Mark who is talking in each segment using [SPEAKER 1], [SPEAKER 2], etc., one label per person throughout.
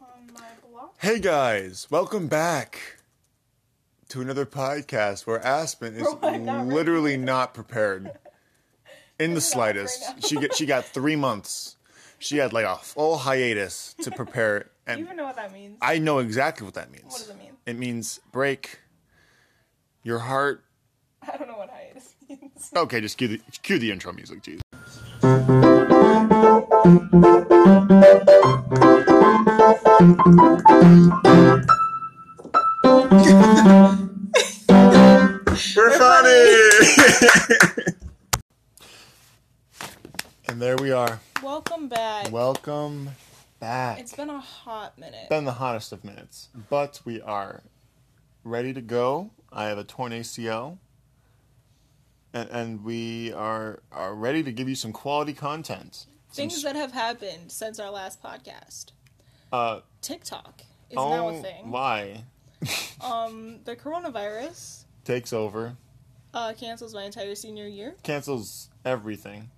[SPEAKER 1] on my blog.
[SPEAKER 2] Hey guys, welcome back to another podcast where Aspen is
[SPEAKER 1] Bro, I'm not ready.
[SPEAKER 2] literally not prepared in the slightest.
[SPEAKER 1] right now.
[SPEAKER 2] she get, she got three months. She had like a full hiatus to prepare,
[SPEAKER 1] Do you
[SPEAKER 2] and
[SPEAKER 1] even know what that means?
[SPEAKER 2] I know exactly what that means.
[SPEAKER 1] What does it mean?
[SPEAKER 2] It means break your heart.
[SPEAKER 1] I don't know what hiatus means.
[SPEAKER 2] Okay, just cue the cue the intro music, jeez. We're funny. and there we are.
[SPEAKER 1] Welcome back.
[SPEAKER 2] Welcome back.
[SPEAKER 1] it's been a hot minute.
[SPEAKER 2] been the hottest of minutes, but we are ready to go. I have a torn ACL, and, and we are are ready to give you some quality content. Some
[SPEAKER 1] Things
[SPEAKER 2] s-
[SPEAKER 1] that have happened since our last podcast.
[SPEAKER 2] uh,
[SPEAKER 1] TikTok is
[SPEAKER 2] oh,
[SPEAKER 1] now a thing.
[SPEAKER 2] why
[SPEAKER 1] Um, the coronavirus
[SPEAKER 2] takes over,
[SPEAKER 1] uh, cancels my entire senior year.
[SPEAKER 2] cancels everything.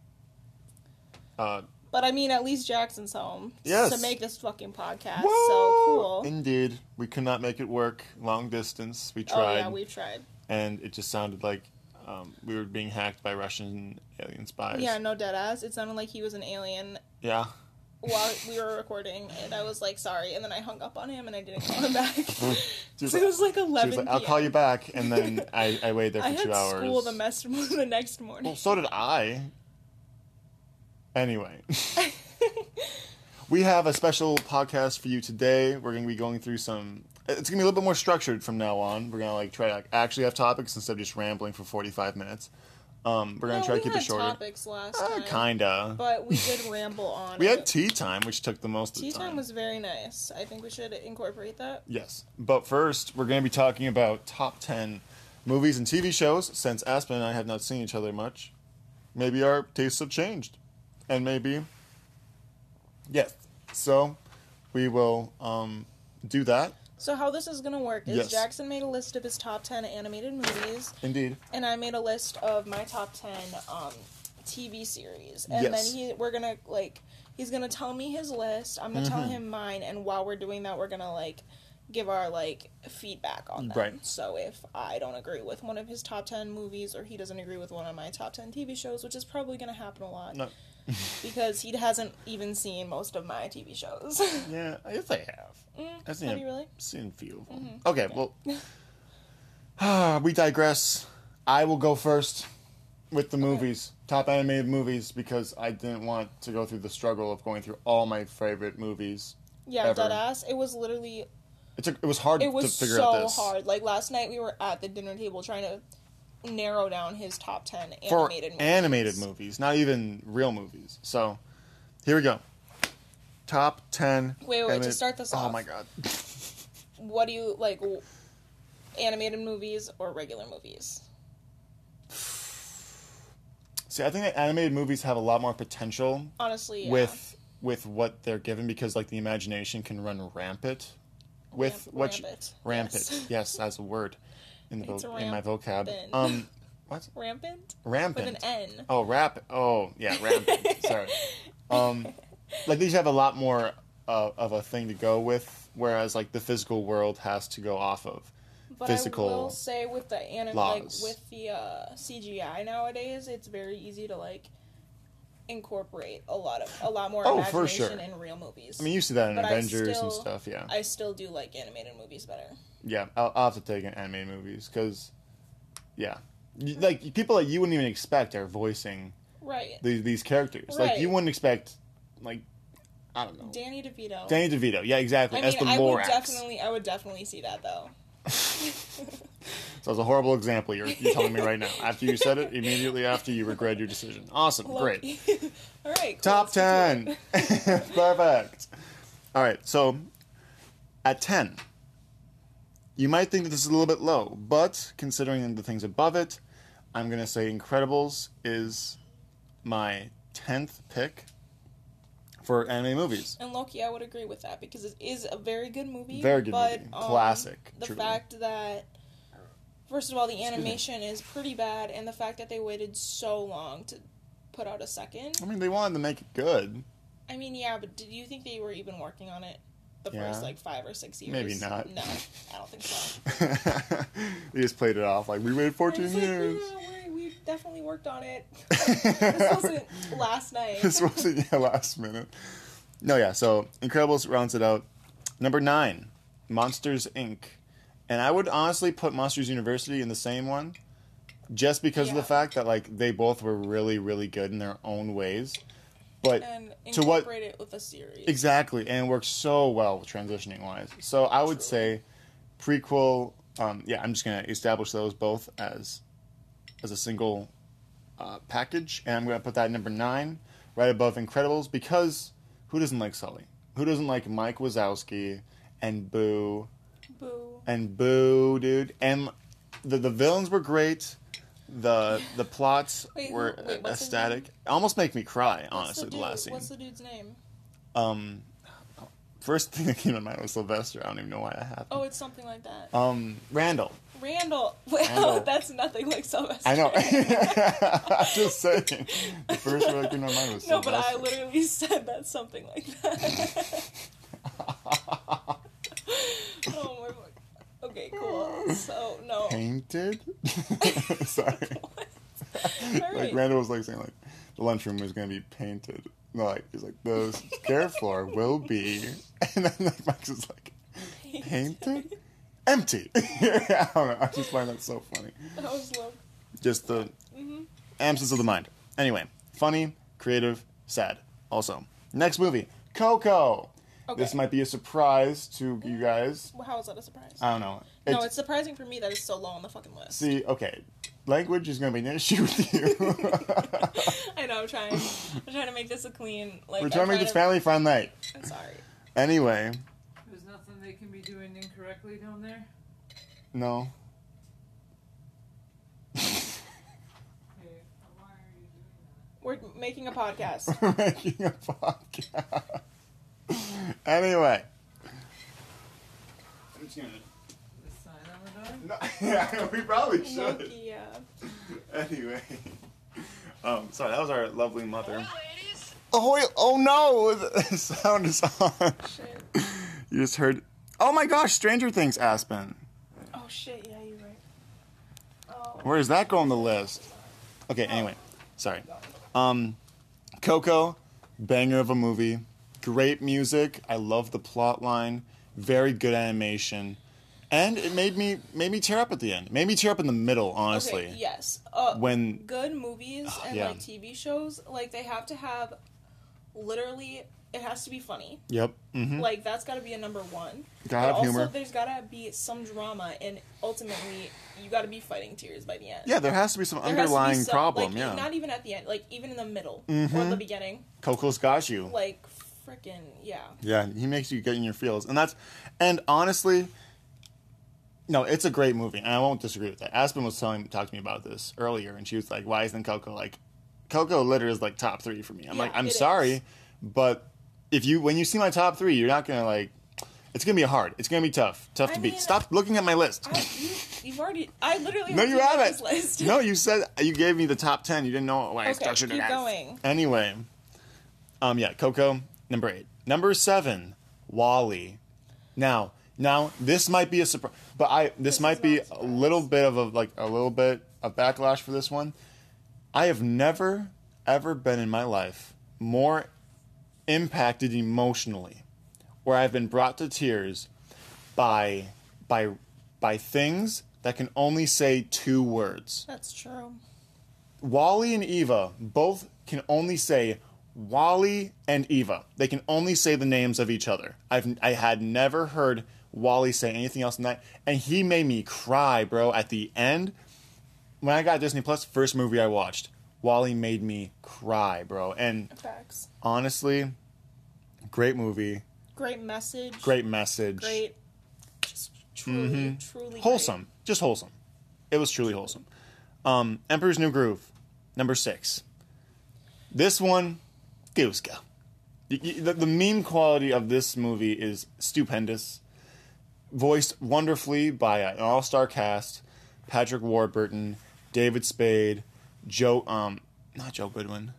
[SPEAKER 2] Uh,
[SPEAKER 1] But I mean, at least Jackson's home
[SPEAKER 2] Yes.
[SPEAKER 1] to make this fucking podcast. So
[SPEAKER 2] whoa!
[SPEAKER 1] cool.
[SPEAKER 2] Indeed, we could not make it work long distance. We
[SPEAKER 1] oh
[SPEAKER 2] tried,
[SPEAKER 1] yeah, we've tried.
[SPEAKER 2] and it just sounded like um, we were being hacked by Russian alien spies.
[SPEAKER 1] Yeah, no dead ass. It sounded like he was an alien
[SPEAKER 2] yeah.
[SPEAKER 1] while we were recording, and I was like, sorry. And then I hung up on him, and I didn't call him back. so
[SPEAKER 2] Just-
[SPEAKER 1] it was like
[SPEAKER 2] She
[SPEAKER 1] eleven.
[SPEAKER 2] was like, "I'll
[SPEAKER 1] PM.
[SPEAKER 2] call you back," and then I, I waited there for
[SPEAKER 1] I had
[SPEAKER 2] two hours.
[SPEAKER 1] school the, mes- the next morning.
[SPEAKER 2] well, so did I. Anyway, we have a special podcast for you today. We're going to be going through some. It's going to be a little bit more structured from now on. We're going to like try to like, actually have topics instead of just rambling for forty five minutes. Um, we're going
[SPEAKER 1] No,
[SPEAKER 2] to try
[SPEAKER 1] we
[SPEAKER 2] to keep
[SPEAKER 1] had
[SPEAKER 2] it shorter.
[SPEAKER 1] topics last
[SPEAKER 2] Uh,
[SPEAKER 1] time,
[SPEAKER 2] kinda.
[SPEAKER 1] but we did ramble on.
[SPEAKER 2] we
[SPEAKER 1] it.
[SPEAKER 2] had tea time, which took the most
[SPEAKER 1] tea
[SPEAKER 2] of the time.
[SPEAKER 1] time was very nice. I think we should incorporate that.
[SPEAKER 2] Yes. But first, we're going to be talking about top 10 movies and TV shows since Aspen and I have not seen each other much. Maybe our tastes have changed. And maybe. Yes. So, we will um, do that.
[SPEAKER 1] So how this is gonna work is
[SPEAKER 2] Yes.
[SPEAKER 1] Jackson made a list of his top ten animated movies,
[SPEAKER 2] Indeed.
[SPEAKER 1] and I made a list of my top ten um, TV series, and
[SPEAKER 2] Yes.
[SPEAKER 1] then he we're gonna like he's gonna tell me his list. I'm gonna
[SPEAKER 2] Mm-hmm.
[SPEAKER 1] tell him mine, and while we're doing that, we're gonna like give our like feedback on them.
[SPEAKER 2] Right.
[SPEAKER 1] So if I don't agree with one of his top ten movies, or he doesn't agree with one of my top ten TV shows, which is probably gonna happen a lot
[SPEAKER 2] No.
[SPEAKER 1] because he hasn't even seen most of my TV shows.
[SPEAKER 2] Yeah, I guess I have.
[SPEAKER 1] Mm,
[SPEAKER 2] I've seen,
[SPEAKER 1] have
[SPEAKER 2] a-
[SPEAKER 1] you really?
[SPEAKER 2] seen a few of them.
[SPEAKER 1] Mm-hmm.
[SPEAKER 2] Okay, well. we digress. I will go first with the movies, top animated movies, because I didn't want to go through the struggle of going through all my favorite movies
[SPEAKER 1] Yeah,
[SPEAKER 2] Ever.
[SPEAKER 1] dead ass. It was literally
[SPEAKER 2] It took. It was hard
[SPEAKER 1] it was
[SPEAKER 2] to figure
[SPEAKER 1] so
[SPEAKER 2] out this.
[SPEAKER 1] hard. Like last night, we were at the dinner table trying to narrow down his top ten
[SPEAKER 2] for
[SPEAKER 1] animated movies.
[SPEAKER 2] animated movies, not even real movies. So, here we go. Top ten.
[SPEAKER 1] Wait, wait, wait, to
[SPEAKER 2] animated-
[SPEAKER 1] start this
[SPEAKER 2] Oh
[SPEAKER 1] off.
[SPEAKER 2] my god.
[SPEAKER 1] What do you like? w- Animated movies or regular movies?
[SPEAKER 2] See, I think that animated movies have a lot more potential
[SPEAKER 1] Honestly, yeah.
[SPEAKER 2] with with what they're given because like the imagination can run rampant with
[SPEAKER 1] Ramp-
[SPEAKER 2] what you-
[SPEAKER 1] rampant,
[SPEAKER 2] rampant.
[SPEAKER 1] yes.
[SPEAKER 2] Yes. that's a word in the
[SPEAKER 1] It's
[SPEAKER 2] vo- in my vocab.
[SPEAKER 1] rampant.
[SPEAKER 2] Um, what
[SPEAKER 1] rampant
[SPEAKER 2] rampant?
[SPEAKER 1] with an N.
[SPEAKER 2] Oh, rap. Oh, yeah, rampant. Sorry. Um, like these have a lot more uh, of a thing to go with, whereas like the physical world has to go off of.
[SPEAKER 1] But
[SPEAKER 2] physical
[SPEAKER 1] I will say with the anime, like
[SPEAKER 2] laws.
[SPEAKER 1] with the uh, CGI nowadays, it's very easy to like incorporate a lot of a lot more
[SPEAKER 2] Oh,
[SPEAKER 1] imagination
[SPEAKER 2] for sure.
[SPEAKER 1] in real movies.
[SPEAKER 2] I mean, you see that in
[SPEAKER 1] But I
[SPEAKER 2] Avengers
[SPEAKER 1] still-
[SPEAKER 2] and stuff. Yeah,
[SPEAKER 1] I still do like animated movies better.
[SPEAKER 2] yeah. I'll, I'll have to take anime movies because, yeah, You- like people that you wouldn't even expect are voicing
[SPEAKER 1] Right.
[SPEAKER 2] these, these characters. Like you
[SPEAKER 1] Right.
[SPEAKER 2] wouldn't expect, like, I don't know,
[SPEAKER 1] Danny DeVito.
[SPEAKER 2] Danny DeVito. Yeah, exactly.
[SPEAKER 1] I
[SPEAKER 2] As
[SPEAKER 1] mean,
[SPEAKER 2] the
[SPEAKER 1] I would
[SPEAKER 2] Lorax.
[SPEAKER 1] definitely, I would definitely see that though.
[SPEAKER 2] So it's a horrible example you're, you're telling me right now. After you said it, immediately after you regret your decision. Awesome, great.
[SPEAKER 1] All right. cool,
[SPEAKER 2] Top
[SPEAKER 1] let's get to
[SPEAKER 2] 10. Perfect. All right, so at 10, you might think that this is a little bit low, but considering the things above it, I'm going to say Incredibles is my 10th pick for anime movies.
[SPEAKER 1] it. And Loki, I would agree with that because it is a very good movie.
[SPEAKER 2] Very good
[SPEAKER 1] but,
[SPEAKER 2] movie.
[SPEAKER 1] um,
[SPEAKER 2] Classic,
[SPEAKER 1] The
[SPEAKER 2] truly.
[SPEAKER 1] fact that, first of all, the animation is pretty bad, and the fact that they waited so long to put out a second.
[SPEAKER 2] I mean, they wanted to make it good.
[SPEAKER 1] I mean, yeah, but did you think they were even working on it? the
[SPEAKER 2] Yeah.
[SPEAKER 1] first like five or six years.
[SPEAKER 2] Maybe not.
[SPEAKER 1] No, I don't think so.
[SPEAKER 2] they just played it off like we waited 14
[SPEAKER 1] It's like,
[SPEAKER 2] years.
[SPEAKER 1] yeah, we- we definitely worked on it. this wasn't last night.
[SPEAKER 2] this wasn't yeah, last minute. No, yeah. So Incredibles rounds it out. Number nine, Monsters Inc. And I would honestly put Monsters University in the same one, just because of
[SPEAKER 1] Yeah.
[SPEAKER 2] the fact that like they both were really, really good in their own ways. But
[SPEAKER 1] and
[SPEAKER 2] to what-
[SPEAKER 1] incorporate it with a series.
[SPEAKER 2] Exactly, and it works so well transitioning wise. So I would say prequel. Um, yeah, I'm just gonna establish those both as as a single uh, package, and I'm gonna put that number nine, right above Incredibles, because who doesn't like Sully? Who doesn't like Mike Wazowski and Boo
[SPEAKER 1] Boo.
[SPEAKER 2] and Boo, dude? And the the villains were great. The the plots
[SPEAKER 1] Wait, who-
[SPEAKER 2] were
[SPEAKER 1] wait, what's his
[SPEAKER 2] ecstatic. Almost make me cry,
[SPEAKER 1] What's
[SPEAKER 2] honestly.
[SPEAKER 1] the
[SPEAKER 2] the
[SPEAKER 1] dude-
[SPEAKER 2] last scene.
[SPEAKER 1] What's the dude's name?
[SPEAKER 2] Um, first thing that came to mind was Sylvester. I don't even know why that
[SPEAKER 1] Oh,
[SPEAKER 2] happened.
[SPEAKER 1] it's something like that.
[SPEAKER 2] Um, Randall.
[SPEAKER 1] Randall. Well,
[SPEAKER 2] Randall.
[SPEAKER 1] that's nothing like Sylvester.
[SPEAKER 2] I know. I'm just saying. The first one that came to mind was
[SPEAKER 1] no,
[SPEAKER 2] Sylvester.
[SPEAKER 1] but I literally said that's something like that. oh my god. Okay, cool. So no.
[SPEAKER 2] Painted? Sorry.
[SPEAKER 1] What?
[SPEAKER 2] Like,
[SPEAKER 1] Alright.
[SPEAKER 2] Randall was, like, saying, like, the lunchroom was going to be painted. No, like, he's like, the care floor will be... And then, like, Max is like, painted? Empty! I don't know. I just find that so funny.
[SPEAKER 1] That was low.
[SPEAKER 2] just the absence of the mind. Anyway, funny, creative, sad. Also, next movie, Coco.
[SPEAKER 1] Okay.
[SPEAKER 2] This might be a surprise to you guys.
[SPEAKER 1] Well, How is that a surprise?
[SPEAKER 2] I don't know.
[SPEAKER 1] no, it's surprising for me that it's so low on the fucking list.
[SPEAKER 2] see. Okay, language is gonna be an issue with you.
[SPEAKER 1] I know. I'm trying. I'm trying to make this a clean. Like
[SPEAKER 2] We're trying to make
[SPEAKER 1] I'm
[SPEAKER 2] this family friendly.
[SPEAKER 1] I'm sorry.
[SPEAKER 2] Anyway,
[SPEAKER 3] There's nothing they can be doing incorrectly down there.
[SPEAKER 2] no.
[SPEAKER 3] Hey, why are you doing
[SPEAKER 1] We're making a podcast.
[SPEAKER 2] We're making a podcast. anyway. I'm just gonna.
[SPEAKER 3] that? The sign on the door?
[SPEAKER 2] No, yeah, we probably should.
[SPEAKER 1] Loki, yeah.
[SPEAKER 2] Anyway, um, sorry, that was our lovely mother.
[SPEAKER 4] Ladies,
[SPEAKER 2] Oh, oh no, the sound is on.
[SPEAKER 1] Shit.
[SPEAKER 2] You just heard. Oh my gosh, Stranger Things, Aspen.
[SPEAKER 1] Oh shit. Yeah, you're right. Oh.
[SPEAKER 2] Where does that go on the list? Okay, anyway, sorry. Um, Coco, banger of a movie, great music. I love the plot line, very good animation, and it made me made me tear up at the end. Made me tear up in the middle, honestly.
[SPEAKER 1] Okay, yes. Uh,
[SPEAKER 2] When
[SPEAKER 1] good movies and
[SPEAKER 2] yeah.
[SPEAKER 1] like TV shows, like they have to have literally it has to be funny.
[SPEAKER 2] yep, hmm
[SPEAKER 1] Like that's got to be a number one.
[SPEAKER 2] gotta have
[SPEAKER 1] also,
[SPEAKER 2] humor.
[SPEAKER 1] there's got to be some drama, and ultimately, you got to be fighting tears by the end.
[SPEAKER 2] Yeah, there has to be some
[SPEAKER 1] There has to be
[SPEAKER 2] underlying
[SPEAKER 1] some-
[SPEAKER 2] problem.
[SPEAKER 1] like,
[SPEAKER 2] yeah,
[SPEAKER 1] Not even at the end, like even in the middle or
[SPEAKER 2] Mhm.
[SPEAKER 1] the beginning.
[SPEAKER 2] Coco's got you.
[SPEAKER 1] Like freaking yeah.
[SPEAKER 2] yeah, he makes you get in your feels, and that's, and honestly, no, it's a great movie, and I won't disagree with that. Aspen was telling talking to me about this earlier, and she was like, "Why isn't Coco like, Coco litter is like top three for me." I'm
[SPEAKER 1] Yeah,
[SPEAKER 2] like, "I'm
[SPEAKER 1] it
[SPEAKER 2] sorry,
[SPEAKER 1] is.
[SPEAKER 2] but if you when you see my top three, you're not gonna like, it's gonna be hard, it's gonna be tough, tough
[SPEAKER 1] I
[SPEAKER 2] to
[SPEAKER 1] mean,
[SPEAKER 2] beat. Stop looking at my list."
[SPEAKER 1] I, you, you've already. I literally.
[SPEAKER 2] no, you
[SPEAKER 1] made
[SPEAKER 2] haven't.
[SPEAKER 1] This list.
[SPEAKER 2] No, you said you gave me the top ten. You didn't know why I
[SPEAKER 1] Okay,
[SPEAKER 2] structured it.
[SPEAKER 1] keep
[SPEAKER 2] as.
[SPEAKER 1] going.
[SPEAKER 2] Anyway, um, yeah, Coco number eight, number seven, Wally. Now, now this might be a surprise, but I this,
[SPEAKER 1] is
[SPEAKER 2] might be
[SPEAKER 1] not a
[SPEAKER 2] a
[SPEAKER 1] surprise.
[SPEAKER 2] little bit of a like a little bit of backlash for this one. I have never ever been in my life more impacted emotionally, where I've been brought to tears by by by things that can only say two words.
[SPEAKER 1] That's true.
[SPEAKER 2] Wally and Eva both can only say Wally and Eva. They can only say the names of each other. I've I had never heard Wally say anything else than that, and he made me cry, bro. At the end, when I got Disney Plus, first movie I watched, Wally made me cry, bro. And
[SPEAKER 1] Facts.
[SPEAKER 2] honestly, great movie,
[SPEAKER 1] Great message.
[SPEAKER 2] great message,
[SPEAKER 1] Great. Just truly, truly great.
[SPEAKER 2] wholesome, just wholesome. It was truly wholesome. Um, Emperor's New Groove, number six. This one, Goose Go. Y- y- The, the meme quality of this movie is stupendous. Voiced wonderfully by an all-star cast: Patrick Warburton, David Spade, Joe, um, not Joe Goodwin,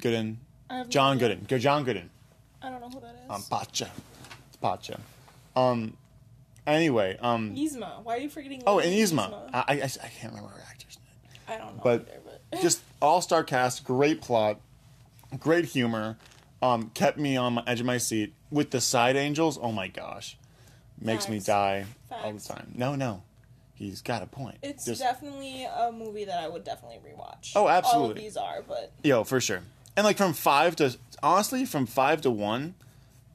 [SPEAKER 2] Gooden,
[SPEAKER 1] I have no
[SPEAKER 2] John
[SPEAKER 1] idea.
[SPEAKER 2] Gooden, Go John Gooden,
[SPEAKER 1] I don't know who that is.
[SPEAKER 2] um, Pacha, Pacha. Um, anyway, um,
[SPEAKER 1] Yzma. Why are you forgetting?
[SPEAKER 2] oh, and
[SPEAKER 1] Lady
[SPEAKER 2] Yzma. I, I, I can't remember her actor's name.
[SPEAKER 1] I don't know
[SPEAKER 2] but
[SPEAKER 1] either, but
[SPEAKER 2] just all star cast, great plot, great humor, um, kept me on my edge of my seat. With the side angels, oh my gosh, makes me
[SPEAKER 1] Facts.
[SPEAKER 2] die all the
[SPEAKER 1] Facts.
[SPEAKER 2] time. No, no, he's got a point.
[SPEAKER 1] it's
[SPEAKER 2] Just-
[SPEAKER 1] definitely a movie that I would definitely rewatch.
[SPEAKER 2] Oh,
[SPEAKER 1] All of
[SPEAKER 2] absolutely.
[SPEAKER 1] these are, but
[SPEAKER 2] yo for sure. And like from five to honestly, from five to one,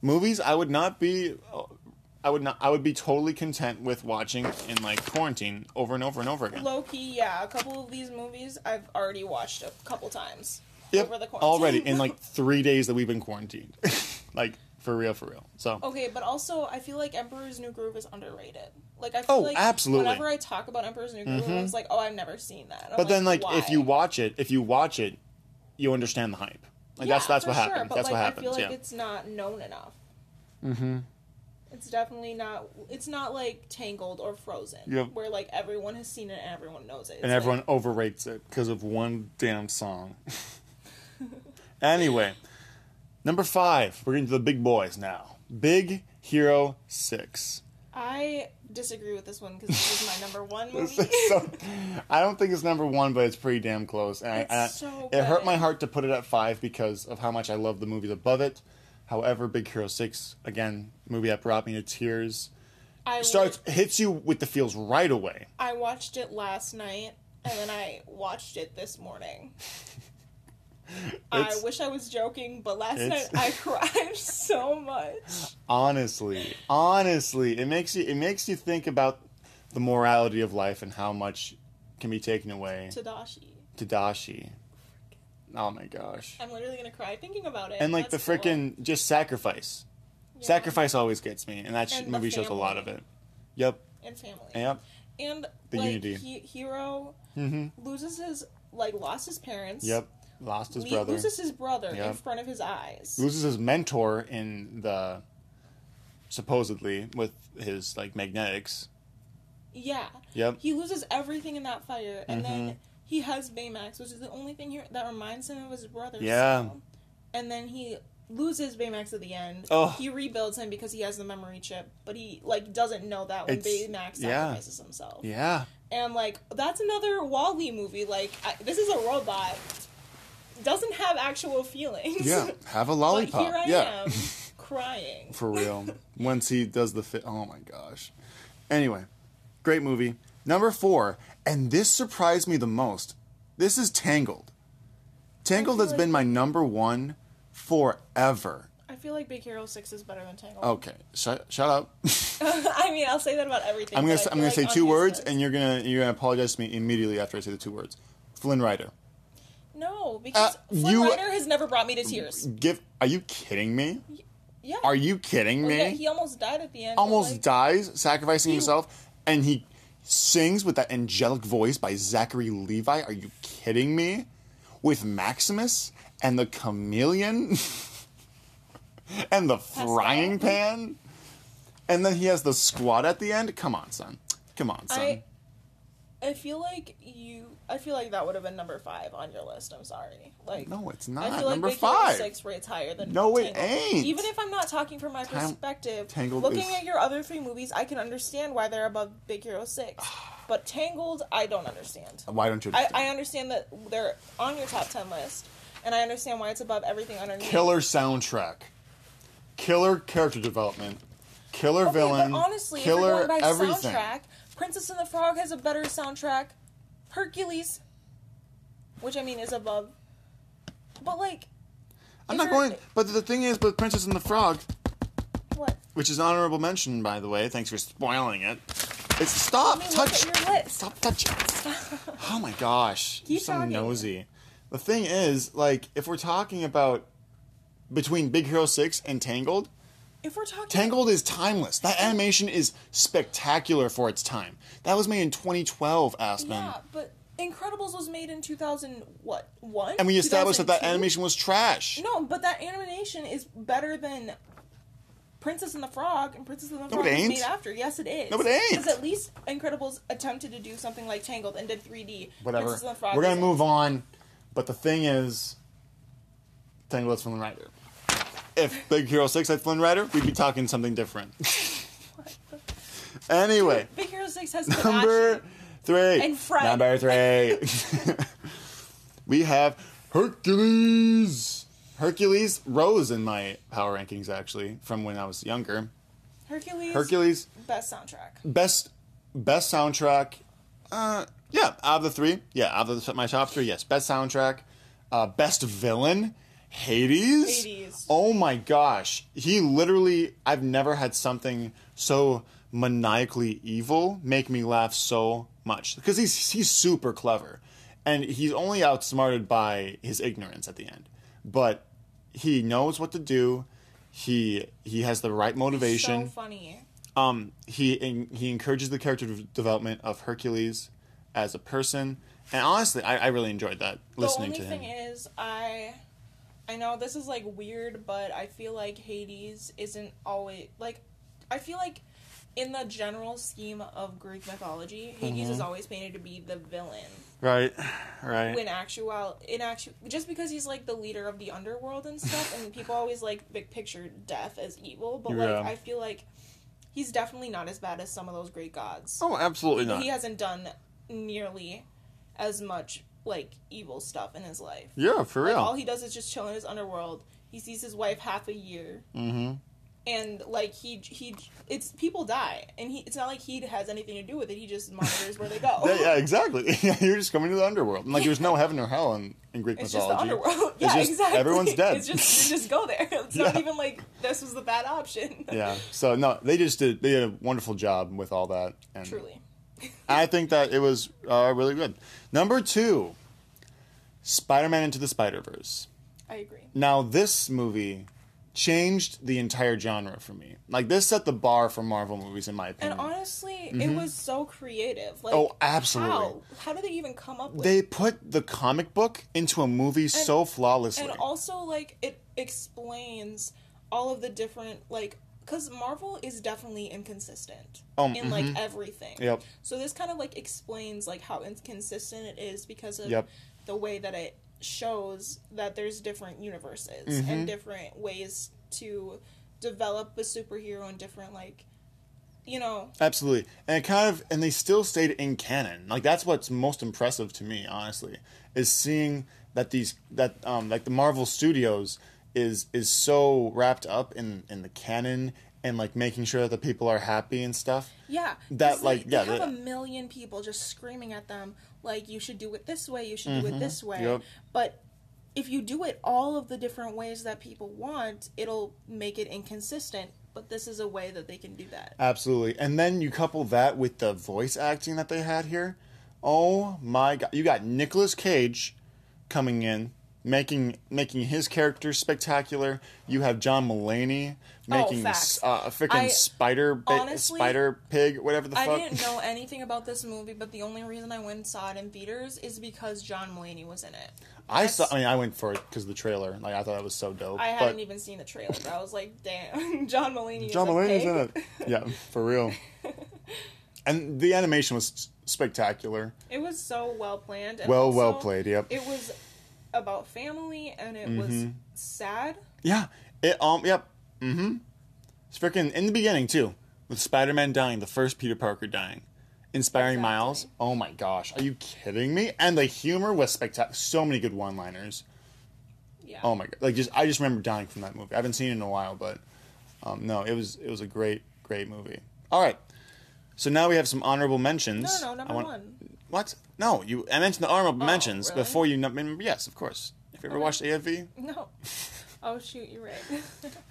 [SPEAKER 2] movies I would not be, I would not, I would be totally content with watching in like quarantine over and over and over again.
[SPEAKER 1] Loki. Yeah, a couple of these movies I've already watched a couple times
[SPEAKER 2] Yep,
[SPEAKER 1] over the quarantine.
[SPEAKER 2] already in like three days that we've been quarantined, like for real, for real. So
[SPEAKER 1] Okay, but also I feel like Emperor's New Groove is underrated. Like I feel
[SPEAKER 2] Oh,
[SPEAKER 1] like
[SPEAKER 2] absolutely. Mm-hmm.
[SPEAKER 1] whenever I talk about Emperor's New Groove, I was like, oh, I've never seen that. I'm
[SPEAKER 2] But then, like,
[SPEAKER 1] why?
[SPEAKER 2] if you watch it, if you watch it, you understand the hype. Like that's
[SPEAKER 1] Yeah,
[SPEAKER 2] that's
[SPEAKER 1] for
[SPEAKER 2] what
[SPEAKER 1] sure,
[SPEAKER 2] happens.
[SPEAKER 1] But
[SPEAKER 2] that's
[SPEAKER 1] like,
[SPEAKER 2] what
[SPEAKER 1] I
[SPEAKER 2] happens.
[SPEAKER 1] feel like
[SPEAKER 2] yeah.
[SPEAKER 1] it's not known enough. Mm-hmm. It's definitely not. It's not like Tangled or Frozen,
[SPEAKER 2] Yep.
[SPEAKER 1] where like everyone has seen it and everyone knows it. It's
[SPEAKER 2] And
[SPEAKER 1] like-
[SPEAKER 2] everyone overrates it because of one damn song. anyway, number five, we're getting to the big boys now. Big Hero Six.
[SPEAKER 1] I disagree with this one because this is my number one
[SPEAKER 2] This
[SPEAKER 1] movie.
[SPEAKER 2] is so- I don't think it's number one, but it's pretty damn close. And I-
[SPEAKER 1] It's
[SPEAKER 2] and I,
[SPEAKER 1] so
[SPEAKER 2] it hurt
[SPEAKER 1] good.
[SPEAKER 2] my heart to put it at five because of how much I love the movies above it. However, Big Hero Six again, movie that brought me to tears.
[SPEAKER 1] I
[SPEAKER 2] starts hits you with the feels right away.
[SPEAKER 1] I watched it last night and then I watched it this morning. I
[SPEAKER 2] It's-
[SPEAKER 1] wish I was joking, but last night
[SPEAKER 2] It's-
[SPEAKER 1] I cried so much.
[SPEAKER 2] Honestly, honestly, it makes you it makes you think about the morality of life and how much can be taken away.
[SPEAKER 1] Tadashi.
[SPEAKER 2] Tadashi. Oh my gosh.
[SPEAKER 1] I'm literally gonna cry thinking about it.
[SPEAKER 2] And like
[SPEAKER 1] That's
[SPEAKER 2] the
[SPEAKER 1] cool.
[SPEAKER 2] freaking just sacrifice.
[SPEAKER 1] Yeah.
[SPEAKER 2] Sacrifice always gets me, and that sh-
[SPEAKER 1] And the
[SPEAKER 2] movie shows a lot of
[SPEAKER 1] family.
[SPEAKER 2] it. Yep,
[SPEAKER 1] and family.
[SPEAKER 2] yep.
[SPEAKER 1] And
[SPEAKER 2] The
[SPEAKER 1] like
[SPEAKER 2] unity.
[SPEAKER 1] He- hero
[SPEAKER 2] Mm-hmm.
[SPEAKER 1] loses his like lost his parents.
[SPEAKER 2] Yep. Lost his
[SPEAKER 1] le-
[SPEAKER 2] brother.
[SPEAKER 1] loses his brother in
[SPEAKER 2] Yep.
[SPEAKER 1] front of his eyes.
[SPEAKER 2] loses his mentor in the supposedly with his like magnetics.
[SPEAKER 1] Yeah.
[SPEAKER 2] Yep. Mm-hmm.
[SPEAKER 1] He loses everything in that fire, and then he has Baymax, which is the only thing here that reminds him of his brother.
[SPEAKER 2] Yeah.
[SPEAKER 1] so. And then he loses Baymax at the end.
[SPEAKER 2] Oh.
[SPEAKER 1] He rebuilds him because he has the memory chip, but he like doesn't know that when
[SPEAKER 2] It's-
[SPEAKER 1] Baymax
[SPEAKER 2] yeah.
[SPEAKER 1] sacrifices himself.
[SPEAKER 2] Yeah.
[SPEAKER 1] And like that's another Wally movie. Like I, this is a robot, doesn't have actual feelings.
[SPEAKER 2] Yeah, have a
[SPEAKER 1] but
[SPEAKER 2] lollipop.
[SPEAKER 1] here I
[SPEAKER 2] yeah,
[SPEAKER 1] am crying.
[SPEAKER 2] for real. Once he does the fit, oh my gosh. Anyway, great movie. Number four, and this surprised me the most. This is Tangled. Tangled
[SPEAKER 1] feel
[SPEAKER 2] has
[SPEAKER 1] like-
[SPEAKER 2] been my number one forever.
[SPEAKER 1] I feel like Big Hero Six is better than Tangled.
[SPEAKER 2] Okay, shut shut up.
[SPEAKER 1] I mean, I'll say that about everything.
[SPEAKER 2] I'm
[SPEAKER 1] but
[SPEAKER 2] gonna
[SPEAKER 1] I
[SPEAKER 2] say,
[SPEAKER 1] feel
[SPEAKER 2] I'm gonna
[SPEAKER 1] like
[SPEAKER 2] say
[SPEAKER 1] on
[SPEAKER 2] two
[SPEAKER 1] these
[SPEAKER 2] words,
[SPEAKER 1] lists-
[SPEAKER 2] and you're gonna you're gonna apologize to me immediately after I say the two words. Flynn Rider.
[SPEAKER 1] No, because
[SPEAKER 2] Uh,
[SPEAKER 1] Flynn
[SPEAKER 2] you-
[SPEAKER 1] Rider has never brought me to tears.
[SPEAKER 2] Give. Are you kidding me?
[SPEAKER 1] Yeah.
[SPEAKER 2] Are you kidding
[SPEAKER 1] Well,
[SPEAKER 2] me?
[SPEAKER 1] yeah, he almost died at the end. but,
[SPEAKER 2] almost
[SPEAKER 1] like,
[SPEAKER 2] dies sacrificing
[SPEAKER 1] He-
[SPEAKER 2] himself and he sings with that angelic voice by Zachary Levi. Are you kidding me? With Maximus and the chameleon and the frying pan and then he has the squad at the end. Come on, son. Come on, son.
[SPEAKER 1] I, I feel like you. I feel like that would have been number five on your list. I'm sorry. Like
[SPEAKER 2] No, it's
[SPEAKER 1] I
[SPEAKER 2] not.
[SPEAKER 1] feel like
[SPEAKER 2] Number
[SPEAKER 1] Big Hero
[SPEAKER 2] five.
[SPEAKER 1] Six rates higher than
[SPEAKER 2] No, it
[SPEAKER 1] Tangled.
[SPEAKER 2] ain't.
[SPEAKER 1] Even if I'm not talking from my
[SPEAKER 2] Tam-
[SPEAKER 1] perspective,
[SPEAKER 2] Tangled
[SPEAKER 1] looking
[SPEAKER 2] is-
[SPEAKER 1] at your other three movies, I can understand why they're above Big Hero Six. but Tangled, I don't understand.
[SPEAKER 2] Why don't you
[SPEAKER 1] I,
[SPEAKER 2] understand?
[SPEAKER 1] I understand that they're on your top ten list, and I understand why it's above everything underneath.
[SPEAKER 2] killer soundtrack. Killer character development. Killer
[SPEAKER 1] Okay,
[SPEAKER 2] villain.
[SPEAKER 1] But honestly,
[SPEAKER 2] killer
[SPEAKER 1] if we're going by
[SPEAKER 2] everything.
[SPEAKER 1] soundtrack, Princess and the Frog has a better soundtrack. Hercules, which I mean is above, but like
[SPEAKER 2] I'm
[SPEAKER 1] If
[SPEAKER 2] not
[SPEAKER 1] you're-
[SPEAKER 2] going. But the thing is, with Princess and the Frog,
[SPEAKER 1] what?
[SPEAKER 2] which is honorable mention, by the way. Thanks for spoiling it. It's
[SPEAKER 1] Let
[SPEAKER 2] stop
[SPEAKER 1] me look
[SPEAKER 2] touch.
[SPEAKER 1] at your list.
[SPEAKER 2] Stop touching. oh my gosh,
[SPEAKER 1] Keep
[SPEAKER 2] you're so
[SPEAKER 1] talking.
[SPEAKER 2] nosy. The thing is, like, if we're talking about between Big Hero Six and Tangled,
[SPEAKER 1] If we're talking
[SPEAKER 2] Tangled is timeless. That animation is spectacular for its time. That was made in 2012, Aspen.
[SPEAKER 1] yeah, but Incredibles was made in two thousand what one?
[SPEAKER 2] And we established that that
[SPEAKER 1] 2002?
[SPEAKER 2] animation was trash.
[SPEAKER 1] No, but that animation is better than Princess and the Frog, and Princess and the
[SPEAKER 2] No, it
[SPEAKER 1] Frog was
[SPEAKER 2] ain't.
[SPEAKER 1] made after. Yes, it is.
[SPEAKER 2] No, it ain't.
[SPEAKER 1] Because at least Incredibles attempted to do something like Tangled and did 3D.
[SPEAKER 2] Whatever.
[SPEAKER 1] Princess and the Frog
[SPEAKER 2] We're gonna
[SPEAKER 1] was-
[SPEAKER 2] move on. But the thing is, Tangled is from the writer. if Big Hero 6 had Flynn Rider, we'd be talking something different. anyway,
[SPEAKER 1] Big Hero Six has
[SPEAKER 2] number
[SPEAKER 1] Kardashian.
[SPEAKER 2] three.
[SPEAKER 1] And Fred.
[SPEAKER 2] Number three. we have Hercules. Hercules rose in my power rankings, actually, from when I was younger.
[SPEAKER 1] Hercules.
[SPEAKER 2] Hercules,
[SPEAKER 1] Best soundtrack.
[SPEAKER 2] best best soundtrack. Uh, yeah, out of the three, yeah, out of the, my top three, yes, best soundtrack, uh, best villain, Hades.
[SPEAKER 1] Hades.
[SPEAKER 2] Oh my gosh, he literally. I've never had something so maniacally evil make me laugh so much because he's he's super clever, and he's only outsmarted by his ignorance at the end. But he knows what to do. He he has the right motivation
[SPEAKER 1] So funny.
[SPEAKER 2] um, he en- he encourages the character de- development of Hercules as a person, and honestly, I, I really enjoyed that listening
[SPEAKER 1] the
[SPEAKER 2] to
[SPEAKER 1] only
[SPEAKER 2] him.
[SPEAKER 1] thing is, I, I know this is like weird, but I feel like Hades isn't always like, I feel like, in the general scheme of Greek mythology, Hades
[SPEAKER 2] Mm-hmm.
[SPEAKER 1] is always painted to be the villain.
[SPEAKER 2] right, right.
[SPEAKER 1] When actual, in actu, just because he's like the leader of the underworld and stuff, and people always like big picture death as evil, but
[SPEAKER 2] Yeah.
[SPEAKER 1] like I feel like he's definitely not as bad as some of those great gods.
[SPEAKER 2] oh, absolutely not.
[SPEAKER 1] He hasn't done nearly as much like evil stuff in his life.
[SPEAKER 2] yeah, for
[SPEAKER 1] Like,
[SPEAKER 2] real.
[SPEAKER 1] all he does is just chill in his underworld. He sees his wife half a year,
[SPEAKER 2] mm-hmm.
[SPEAKER 1] and like he he, it's people die, and he it's not like he has anything to do with it. He just monitors where they go.
[SPEAKER 2] Yeah, yeah, exactly. You're just coming to the underworld. And, like, there's no heaven or hell in, in Greek
[SPEAKER 1] It's just the
[SPEAKER 2] mythology.
[SPEAKER 1] underworld. yeah,
[SPEAKER 2] "Oh, just-
[SPEAKER 1] exactly.
[SPEAKER 2] everyone's dead.
[SPEAKER 1] It's just you just go there. It's not
[SPEAKER 2] Yeah.
[SPEAKER 1] even like this was the bad option.
[SPEAKER 2] yeah. So no, they just did. They did a wonderful job with all that. And
[SPEAKER 1] Truly.
[SPEAKER 2] I think that it was uh, really good. Number two, Spider-Man into the Spider-Verse.
[SPEAKER 1] I agree.
[SPEAKER 2] Now, this movie changed the entire genre for me. Like, this set the bar for Marvel movies, in my
[SPEAKER 1] And
[SPEAKER 2] opinion.
[SPEAKER 1] honestly, it was so creative. Like
[SPEAKER 2] Mm-hmm. Oh, absolutely.
[SPEAKER 1] How? How did they even come up with
[SPEAKER 2] they put the comic book into a movie so flawlessly. Oh,
[SPEAKER 1] and also like it explains all of the different like because marvel is definitely inconsistent
[SPEAKER 2] Um,
[SPEAKER 1] in like everything
[SPEAKER 2] Yep.
[SPEAKER 1] so this kind of like explains like how inconsistent it is because of
[SPEAKER 2] Yep.
[SPEAKER 1] the way that it shows that there's different universes
[SPEAKER 2] Mm-hmm.
[SPEAKER 1] and different ways to develop a superhero and different like you know
[SPEAKER 2] Absolutely. And it kind of and they still stayed in canon. Like that's what's most impressive to me, honestly, is seeing that these that um like the Marvel Studios is is so wrapped up in in the canon and like making sure that the people are happy and stuff.
[SPEAKER 1] Yeah. 'cause
[SPEAKER 2] That,
[SPEAKER 1] they-
[SPEAKER 2] like,
[SPEAKER 1] they,
[SPEAKER 2] yeah,
[SPEAKER 1] have
[SPEAKER 2] that-
[SPEAKER 1] a million people just screaming at them, like, you should do it this way, you should
[SPEAKER 2] Mm-hmm.
[SPEAKER 1] do it this way.
[SPEAKER 2] Yep.
[SPEAKER 1] But if you do it all of the different ways that people want, it'll make it inconsistent. But this is a way that they can do that.
[SPEAKER 2] Absolutely. And then you couple that with the voice acting that they had here. Oh my god. You got Nicolas Cage coming in, making making his character spectacular. You have John Mulaney making
[SPEAKER 1] Oh, facts.
[SPEAKER 2] uh, a freaking
[SPEAKER 1] I-
[SPEAKER 2] spider ba-
[SPEAKER 1] honestly,
[SPEAKER 2] spider pig, whatever the
[SPEAKER 1] I
[SPEAKER 2] fuck.
[SPEAKER 1] didn't know anything about this movie, but the only reason I went and saw it in theaters is because John Mulaney was in it.
[SPEAKER 2] I
[SPEAKER 1] That's-
[SPEAKER 2] saw I mean I went for it cuz the trailer. Like I thought that was so dope.
[SPEAKER 1] I
[SPEAKER 2] but
[SPEAKER 1] hadn't even seen the trailer, but I was like, damn, John Mulaney
[SPEAKER 2] John
[SPEAKER 1] is a
[SPEAKER 2] Mulaney's
[SPEAKER 1] pig.
[SPEAKER 2] in it. Yeah, for real. and the animation was spectacular.
[SPEAKER 1] It was so well planned. And
[SPEAKER 2] Well, well
[SPEAKER 1] also,
[SPEAKER 2] played, yep. Mm-hmm.
[SPEAKER 1] It was about family, and it was sad.
[SPEAKER 2] Yeah. It um yep. Mm-hmm. It's freaking in the beginning too, with Spider Man dying, the first Peter Parker dying. Inspiring
[SPEAKER 1] Exactly.
[SPEAKER 2] Miles. Oh my gosh. Are you kidding me? And the humor was spectacular. So many good one liners.
[SPEAKER 1] Yeah.
[SPEAKER 2] Oh my god. Like just I just remember dying from that movie. I haven't seen it in a while, but um no, it was it was a great, great movie. Alright. So now we have some honorable mentions.
[SPEAKER 1] no, no, no, number
[SPEAKER 2] I want-
[SPEAKER 1] one.
[SPEAKER 2] What? No, you I mentioned the honorable
[SPEAKER 1] Oh,
[SPEAKER 2] mentions
[SPEAKER 1] really?
[SPEAKER 2] before you num- yes, of course. If you ever watched AFV,
[SPEAKER 1] No. Oh shoot, you're right.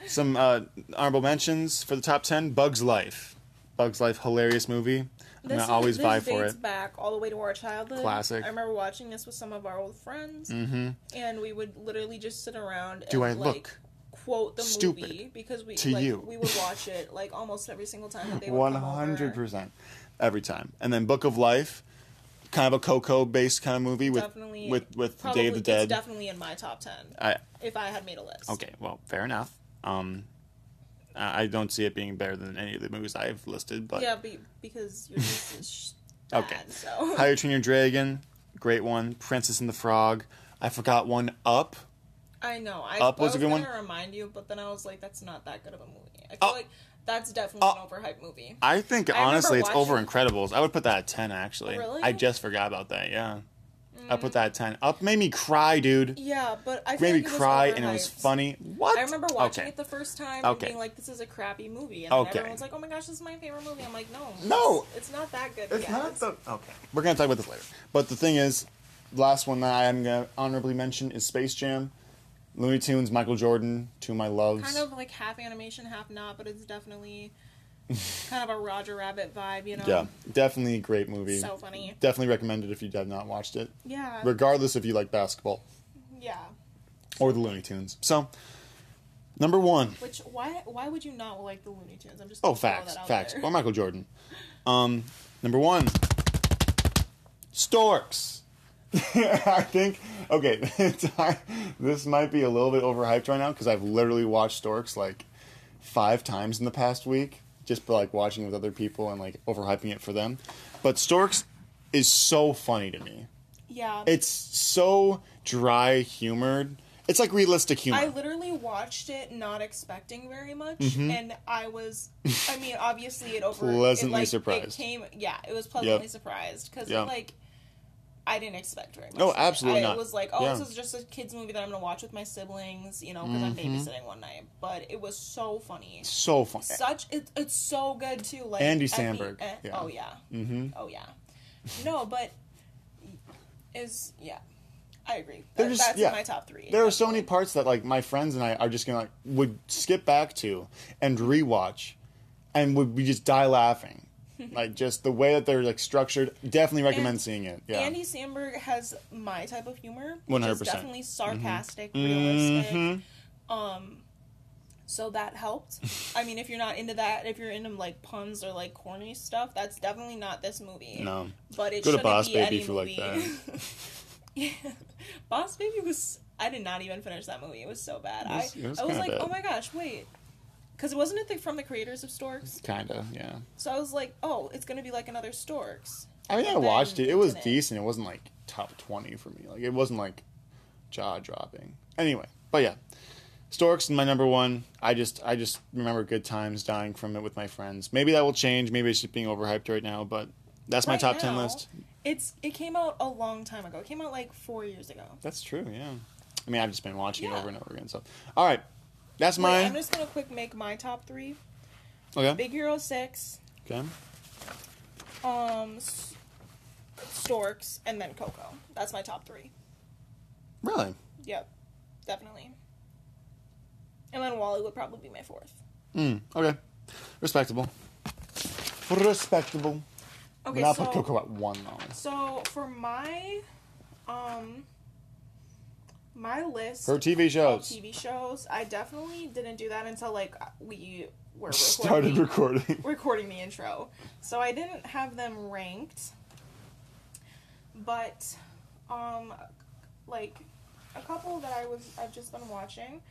[SPEAKER 2] some uh, honorable mentions for the top 10 bugs life bugs life hilarious movie i'm
[SPEAKER 1] This
[SPEAKER 2] gonna
[SPEAKER 1] is-
[SPEAKER 2] always
[SPEAKER 1] this
[SPEAKER 2] vie for
[SPEAKER 1] dates
[SPEAKER 2] it
[SPEAKER 1] back all the way to our childhood.
[SPEAKER 2] Classic.
[SPEAKER 1] I remember watching this with some of our old friends,
[SPEAKER 2] hmm
[SPEAKER 1] and we would literally just sit around.
[SPEAKER 2] do i
[SPEAKER 1] and, like,
[SPEAKER 2] look
[SPEAKER 1] quote the
[SPEAKER 2] stupid
[SPEAKER 1] movie because we
[SPEAKER 2] to
[SPEAKER 1] like,
[SPEAKER 2] you?
[SPEAKER 1] we would watch it like almost every single time that they would come over.
[SPEAKER 2] 100% every time and then book of life kind of a coco based kind of movie with
[SPEAKER 1] Definitely,
[SPEAKER 2] with with
[SPEAKER 1] probably,
[SPEAKER 2] day of the
[SPEAKER 1] it's
[SPEAKER 2] dead
[SPEAKER 1] Definitely in my top ten
[SPEAKER 2] I,
[SPEAKER 1] if I had made a list.
[SPEAKER 2] okay well fair enough um I I don't see it being better than any of the movies I've listed, but
[SPEAKER 1] yeah, be, because your list is sh- bad,
[SPEAKER 2] Okay.
[SPEAKER 1] so
[SPEAKER 2] How You Train Your Dragon, great one. Princess and the Frog. I forgot one. Up.
[SPEAKER 1] I know. I,
[SPEAKER 2] Up
[SPEAKER 1] I
[SPEAKER 2] was a good
[SPEAKER 1] gonna
[SPEAKER 2] one.
[SPEAKER 1] Remind you, but then I was like, that's not that good of a movie. I feel
[SPEAKER 2] Oh.
[SPEAKER 1] like that's definitely
[SPEAKER 2] Oh.
[SPEAKER 1] an overhyped movie.
[SPEAKER 2] I think
[SPEAKER 1] remember
[SPEAKER 2] honestly, it's over
[SPEAKER 1] watching- Oh,
[SPEAKER 2] Incredibles. I would put that at ten. Actually,
[SPEAKER 1] Really? Mm.
[SPEAKER 2] I just forgot about that. Yeah, I put that at ten. Up made me cry, dude.
[SPEAKER 1] Yeah, but I feel
[SPEAKER 2] Made me
[SPEAKER 1] like it was
[SPEAKER 2] cry, and it was
[SPEAKER 1] overhyped.
[SPEAKER 2] funny. What?
[SPEAKER 1] I remember watching
[SPEAKER 2] Okay.
[SPEAKER 1] it the first time
[SPEAKER 2] Okay.
[SPEAKER 1] and being like, "This is a crappy movie," and then
[SPEAKER 2] Okay.
[SPEAKER 1] everyone's like, "Oh my gosh, this is my favorite movie." I'm like, "No,
[SPEAKER 2] No.
[SPEAKER 1] it's, it's not that good."
[SPEAKER 2] It's
[SPEAKER 1] yet.
[SPEAKER 2] not the okay. We're gonna talk about this later. But the thing is, last one that I am gonna honorably mention is Space Jam, Looney Tunes, Michael Jordan, two of my loves.
[SPEAKER 1] kind of like half animation, half not, but it's definitely kind of a Roger Rabbit vibe, you know?
[SPEAKER 2] yeah, definitely a great movie.
[SPEAKER 1] So funny.
[SPEAKER 2] Definitely recommend it if you have not watched it,
[SPEAKER 1] Yeah.
[SPEAKER 2] regardless if you like basketball
[SPEAKER 1] yeah.
[SPEAKER 2] or the Looney Tunes. So, number one,
[SPEAKER 1] Which why why would you not like the Looney Tunes? I'm just
[SPEAKER 2] oh
[SPEAKER 1] gonna throw
[SPEAKER 2] facts,
[SPEAKER 1] that out
[SPEAKER 2] facts,
[SPEAKER 1] there.
[SPEAKER 2] or Michael Jordan. Um, number one, storks. I think okay. this might be a little bit overhyped right now because I've literally watched Storks like five times in the past week, just by, like watching with other people and like overhyping it for them. But Storks is so funny to me.
[SPEAKER 1] Yeah.
[SPEAKER 2] It's so dry humored. It's like realistic humor.
[SPEAKER 1] I literally watched it not expecting very much,
[SPEAKER 2] Mm-hmm.
[SPEAKER 1] and I was, I mean, obviously it over it,
[SPEAKER 2] Pleasantly
[SPEAKER 1] like, It
[SPEAKER 2] surprised.
[SPEAKER 1] came, yeah, it was pleasantly surprised because
[SPEAKER 2] Yeah.
[SPEAKER 1] like I didn't expect very much.
[SPEAKER 2] No,
[SPEAKER 1] from it.
[SPEAKER 2] absolutely
[SPEAKER 1] I
[SPEAKER 2] not.
[SPEAKER 1] was like, oh,
[SPEAKER 2] Yeah.
[SPEAKER 1] this is just a kids movie that I'm gonna watch with my siblings, you know, because I'm
[SPEAKER 2] Mm-hmm.
[SPEAKER 1] babysitting one night. But it was so funny.
[SPEAKER 2] so funny.
[SPEAKER 1] Such it, it's so good too. Like
[SPEAKER 2] Andy
[SPEAKER 1] at the
[SPEAKER 2] Samberg,
[SPEAKER 1] end-
[SPEAKER 2] yeah.
[SPEAKER 1] Oh yeah.
[SPEAKER 2] hmm
[SPEAKER 1] Oh yeah. No, but is yeah. I agree.
[SPEAKER 2] They're
[SPEAKER 1] That-
[SPEAKER 2] just-
[SPEAKER 1] that's
[SPEAKER 2] yeah.
[SPEAKER 1] my top three.
[SPEAKER 2] There are so
[SPEAKER 1] definitely.
[SPEAKER 2] many parts that like my friends and I are just gonna like would skip back to and rewatch, and would we just die laughing, like just the way that they're like structured. Definitely recommend
[SPEAKER 1] And-
[SPEAKER 2] seeing it. Yeah,
[SPEAKER 1] Andy Samberg has my type of humor. which is
[SPEAKER 2] 100%.
[SPEAKER 1] Definitely sarcastic,
[SPEAKER 2] Mhm.
[SPEAKER 1] realistic. Um, so that helped. I mean, if you're not into that, if you're into like puns or like corny stuff, that's definitely not this movie.
[SPEAKER 2] No,
[SPEAKER 1] But it
[SPEAKER 2] Go to
[SPEAKER 1] shouldn't
[SPEAKER 2] Boss
[SPEAKER 1] be
[SPEAKER 2] Baby
[SPEAKER 1] any
[SPEAKER 2] if you like
[SPEAKER 1] movie. yeah. Boss Baby was. I did not even finish that movie. It was so bad.
[SPEAKER 2] It was-
[SPEAKER 1] I,
[SPEAKER 2] it was
[SPEAKER 1] I was
[SPEAKER 2] kinda
[SPEAKER 1] like,
[SPEAKER 2] bad.
[SPEAKER 1] oh my gosh, wait. Because wasn't it the, from the creators of Storks?
[SPEAKER 2] kinda. Yeah,
[SPEAKER 1] So I was like, oh, it's going to be like another Storks.
[SPEAKER 2] I mean,
[SPEAKER 1] But
[SPEAKER 2] I
[SPEAKER 1] then
[SPEAKER 2] watched it. It was
[SPEAKER 1] didn't.
[SPEAKER 2] decent. It wasn't like top twenty for me. Like it wasn't like jaw dropping. Anyway, but yeah, Storks my number one. I just I just remember good times dying from it with my friends. Maybe that will change. Maybe it's just being overhyped right now, but. That's my
[SPEAKER 1] Right
[SPEAKER 2] top ten
[SPEAKER 1] now,
[SPEAKER 2] list.
[SPEAKER 1] It's it came out a long time ago. It came out like four years ago.
[SPEAKER 2] That's true, yeah. I mean, I've just been watching it
[SPEAKER 1] Yeah.
[SPEAKER 2] over and over again. So, all right, that's
[SPEAKER 1] Wait,
[SPEAKER 2] mine.
[SPEAKER 1] I'm just gonna quick make my top three:
[SPEAKER 2] okay.
[SPEAKER 1] Big Hero Six,
[SPEAKER 2] Okay.
[SPEAKER 1] um, S- Storks, and then Coco. That's my top three.
[SPEAKER 2] Really?
[SPEAKER 1] Yep, definitely. And then Wally would probably be my fourth.
[SPEAKER 2] Mm, okay. Respectable. Respectable.
[SPEAKER 1] Okay,
[SPEAKER 2] We're not
[SPEAKER 1] so
[SPEAKER 2] put Coco at one though.
[SPEAKER 1] so for my, um, my list.
[SPEAKER 2] Her TV
[SPEAKER 1] of
[SPEAKER 2] shows
[SPEAKER 1] TV shows. I definitely didn't do that until like uh, we were recording.
[SPEAKER 2] started recording.
[SPEAKER 1] recording the intro. So I didn't have them ranked. But um like a couple that I was I've just been watching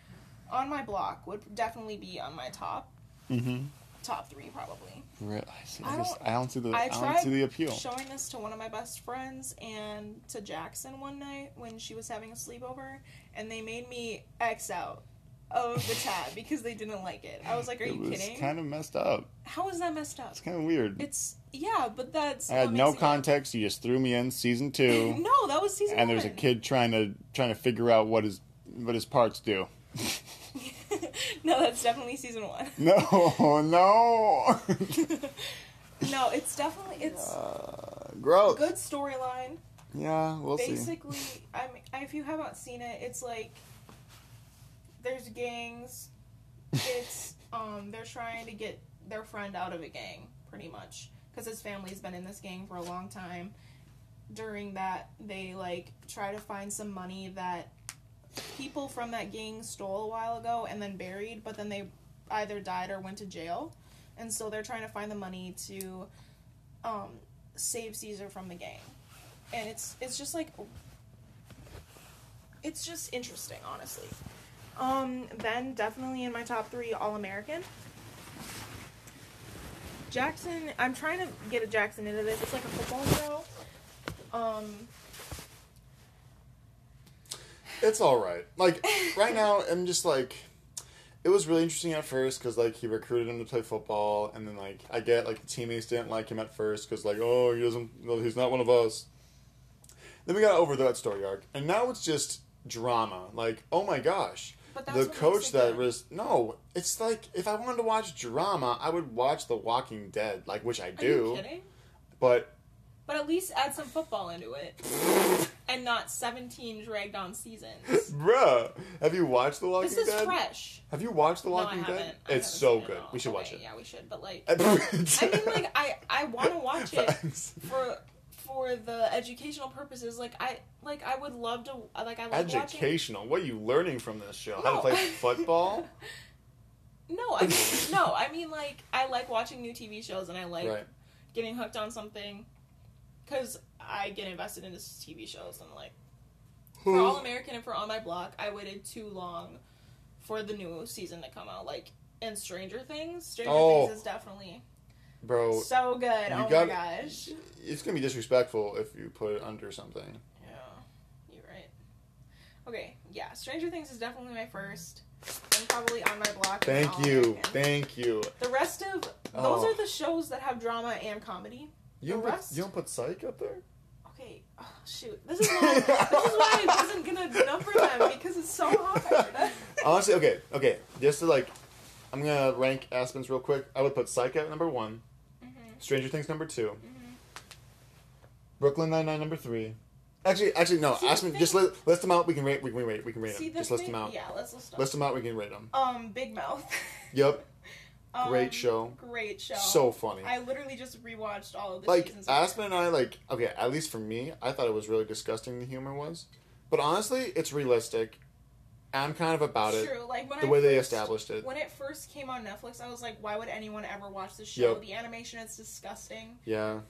[SPEAKER 1] on my block would definitely be on my top
[SPEAKER 2] mm-hmm.
[SPEAKER 1] top 3 probably.
[SPEAKER 2] Really? I,
[SPEAKER 1] I
[SPEAKER 2] just,
[SPEAKER 1] don't-
[SPEAKER 2] I don't see the. I,
[SPEAKER 1] I
[SPEAKER 2] don't
[SPEAKER 1] tried
[SPEAKER 2] see the appeal.
[SPEAKER 1] Showing this to one of my best friends and to Jackson one night when she was having a sleepover and they made me X out of the tab because they didn't like it. I was like, "Are
[SPEAKER 2] it
[SPEAKER 1] you
[SPEAKER 2] was
[SPEAKER 1] kidding?
[SPEAKER 2] kind of messed up.
[SPEAKER 1] How is that messed up?"
[SPEAKER 2] It's kind of weird.
[SPEAKER 1] It's yeah, but that's
[SPEAKER 2] I had
[SPEAKER 1] what
[SPEAKER 2] no
[SPEAKER 1] makes it-
[SPEAKER 2] context. You just threw me in season two,
[SPEAKER 1] No, that was season
[SPEAKER 2] and
[SPEAKER 1] one.
[SPEAKER 2] there's a kid trying to trying to figure out what his what his parts do.
[SPEAKER 1] no, that's definitely season one.
[SPEAKER 2] No, no.
[SPEAKER 1] no, it's definitely it's
[SPEAKER 2] Uh, gross.
[SPEAKER 1] good storyline.
[SPEAKER 2] Yeah, we'll see.
[SPEAKER 1] Basically, I mean, if you haven't seen it, it's like there's gangs. It's um they're trying to get their friend out of a gang, pretty much, because his family's been in this gang for a long time. During that, they like try to find some money that people from that gang stole a while ago and then buried, but then they either died or went to jail, and so they're trying to find the money to um, save Caesar from the gang and it's it's just like it's just interesting honestly um then definitely in my top three all american jackson i'm trying to get a jackson into this it's like a football show um
[SPEAKER 2] it's all right. Like right now, I'm just like, it was really interesting at first because like he recruited him to play football, and then like I get like the teammates didn't like him at first because like oh he doesn't no, he's not one of us. Then we got over that story arc, and now it's just drama. Like oh my gosh.
[SPEAKER 1] But that's
[SPEAKER 2] The
[SPEAKER 1] what makes
[SPEAKER 2] coach
[SPEAKER 1] it
[SPEAKER 2] that
[SPEAKER 1] good.
[SPEAKER 2] was no, it's like if I wanted to watch drama, I would watch The Walking Dead, like which I
[SPEAKER 1] Are you
[SPEAKER 2] do.
[SPEAKER 1] kidding?
[SPEAKER 2] But
[SPEAKER 1] But at least add some football into it, and not seventeen dragged on seasons.
[SPEAKER 2] bruh, have you watched The Walking
[SPEAKER 1] this is
[SPEAKER 2] Dead?
[SPEAKER 1] fresh.
[SPEAKER 2] Have you watched The
[SPEAKER 1] No, I
[SPEAKER 2] Walking
[SPEAKER 1] haven't. I
[SPEAKER 2] Dead?
[SPEAKER 1] haven't
[SPEAKER 2] It's so
[SPEAKER 1] seen it at
[SPEAKER 2] good.
[SPEAKER 1] all.
[SPEAKER 2] We should
[SPEAKER 1] Okay,
[SPEAKER 2] watch it.
[SPEAKER 1] Yeah, we should. But like,
[SPEAKER 2] I mean,
[SPEAKER 1] I mean, like I I want to watch it for for the educational purposes. Like I like I would love to like I like watching.
[SPEAKER 2] Educational. What are you learning from this show? How to
[SPEAKER 1] No.
[SPEAKER 2] play football?
[SPEAKER 1] No, I mean, no, I mean like I like watching new TV shows and I like
[SPEAKER 2] right.
[SPEAKER 1] getting hooked on something because I get invested into s- TV shows and like
[SPEAKER 2] Hmm.
[SPEAKER 1] for All American and for On My Block, I waited too long for the new season to come out. Like and Stranger Things, Stranger
[SPEAKER 2] Oh.
[SPEAKER 1] Things is definitely
[SPEAKER 2] Bro,
[SPEAKER 1] so good.
[SPEAKER 2] you
[SPEAKER 1] oh
[SPEAKER 2] got-
[SPEAKER 1] my gosh,
[SPEAKER 2] it's going to be disrespectful if you put it under something.
[SPEAKER 1] yeah, you're right. Okay, yeah, Stranger Things is definitely my first, and probably On My Block. and
[SPEAKER 2] Thank
[SPEAKER 1] All
[SPEAKER 2] you.
[SPEAKER 1] American.
[SPEAKER 2] Thank you.
[SPEAKER 1] The rest of those
[SPEAKER 2] Oh.
[SPEAKER 1] are the shows that have drama and comedy.
[SPEAKER 2] You don't,
[SPEAKER 1] The
[SPEAKER 2] put,
[SPEAKER 1] rest?
[SPEAKER 2] you don't put psych up there?
[SPEAKER 1] Okay, oh, shoot. This is why this is why I wasn't gonna number them because it's so hard.
[SPEAKER 2] Honestly, okay, okay. Just to like, I'm going to rank Aspen's real quick. I would put psych at number one,
[SPEAKER 1] Mhm.
[SPEAKER 2] Stranger Things number 2 Brooklyn Nine-Nine number three. Actually, actually, no.
[SPEAKER 1] See, the
[SPEAKER 2] Aspen,
[SPEAKER 1] thing-
[SPEAKER 2] just li- list them out. We can rate. We can rate. We can rate
[SPEAKER 1] See
[SPEAKER 2] them.
[SPEAKER 1] the
[SPEAKER 2] Just
[SPEAKER 1] thing?
[SPEAKER 2] list them out.
[SPEAKER 1] Yeah, let's list them.
[SPEAKER 2] List them out. We can rate them.
[SPEAKER 1] um, Big Mouth.
[SPEAKER 2] Yep.
[SPEAKER 1] Um,
[SPEAKER 2] Great show.
[SPEAKER 1] Great show.
[SPEAKER 2] So funny.
[SPEAKER 1] I literally just rewatched all of the
[SPEAKER 2] like
[SPEAKER 1] seasons.
[SPEAKER 2] Aspen and I like okay. At least for me, I thought it was really disgusting. The humor was, but honestly, it's realistic. I'm kind of about it.
[SPEAKER 1] True. Like when
[SPEAKER 2] The
[SPEAKER 1] I
[SPEAKER 2] way they
[SPEAKER 1] first-
[SPEAKER 2] established it.
[SPEAKER 1] When it first came on Netflix, I was like, why would anyone ever watch this show?
[SPEAKER 2] Yep.
[SPEAKER 1] The animation is disgusting.
[SPEAKER 2] Yeah,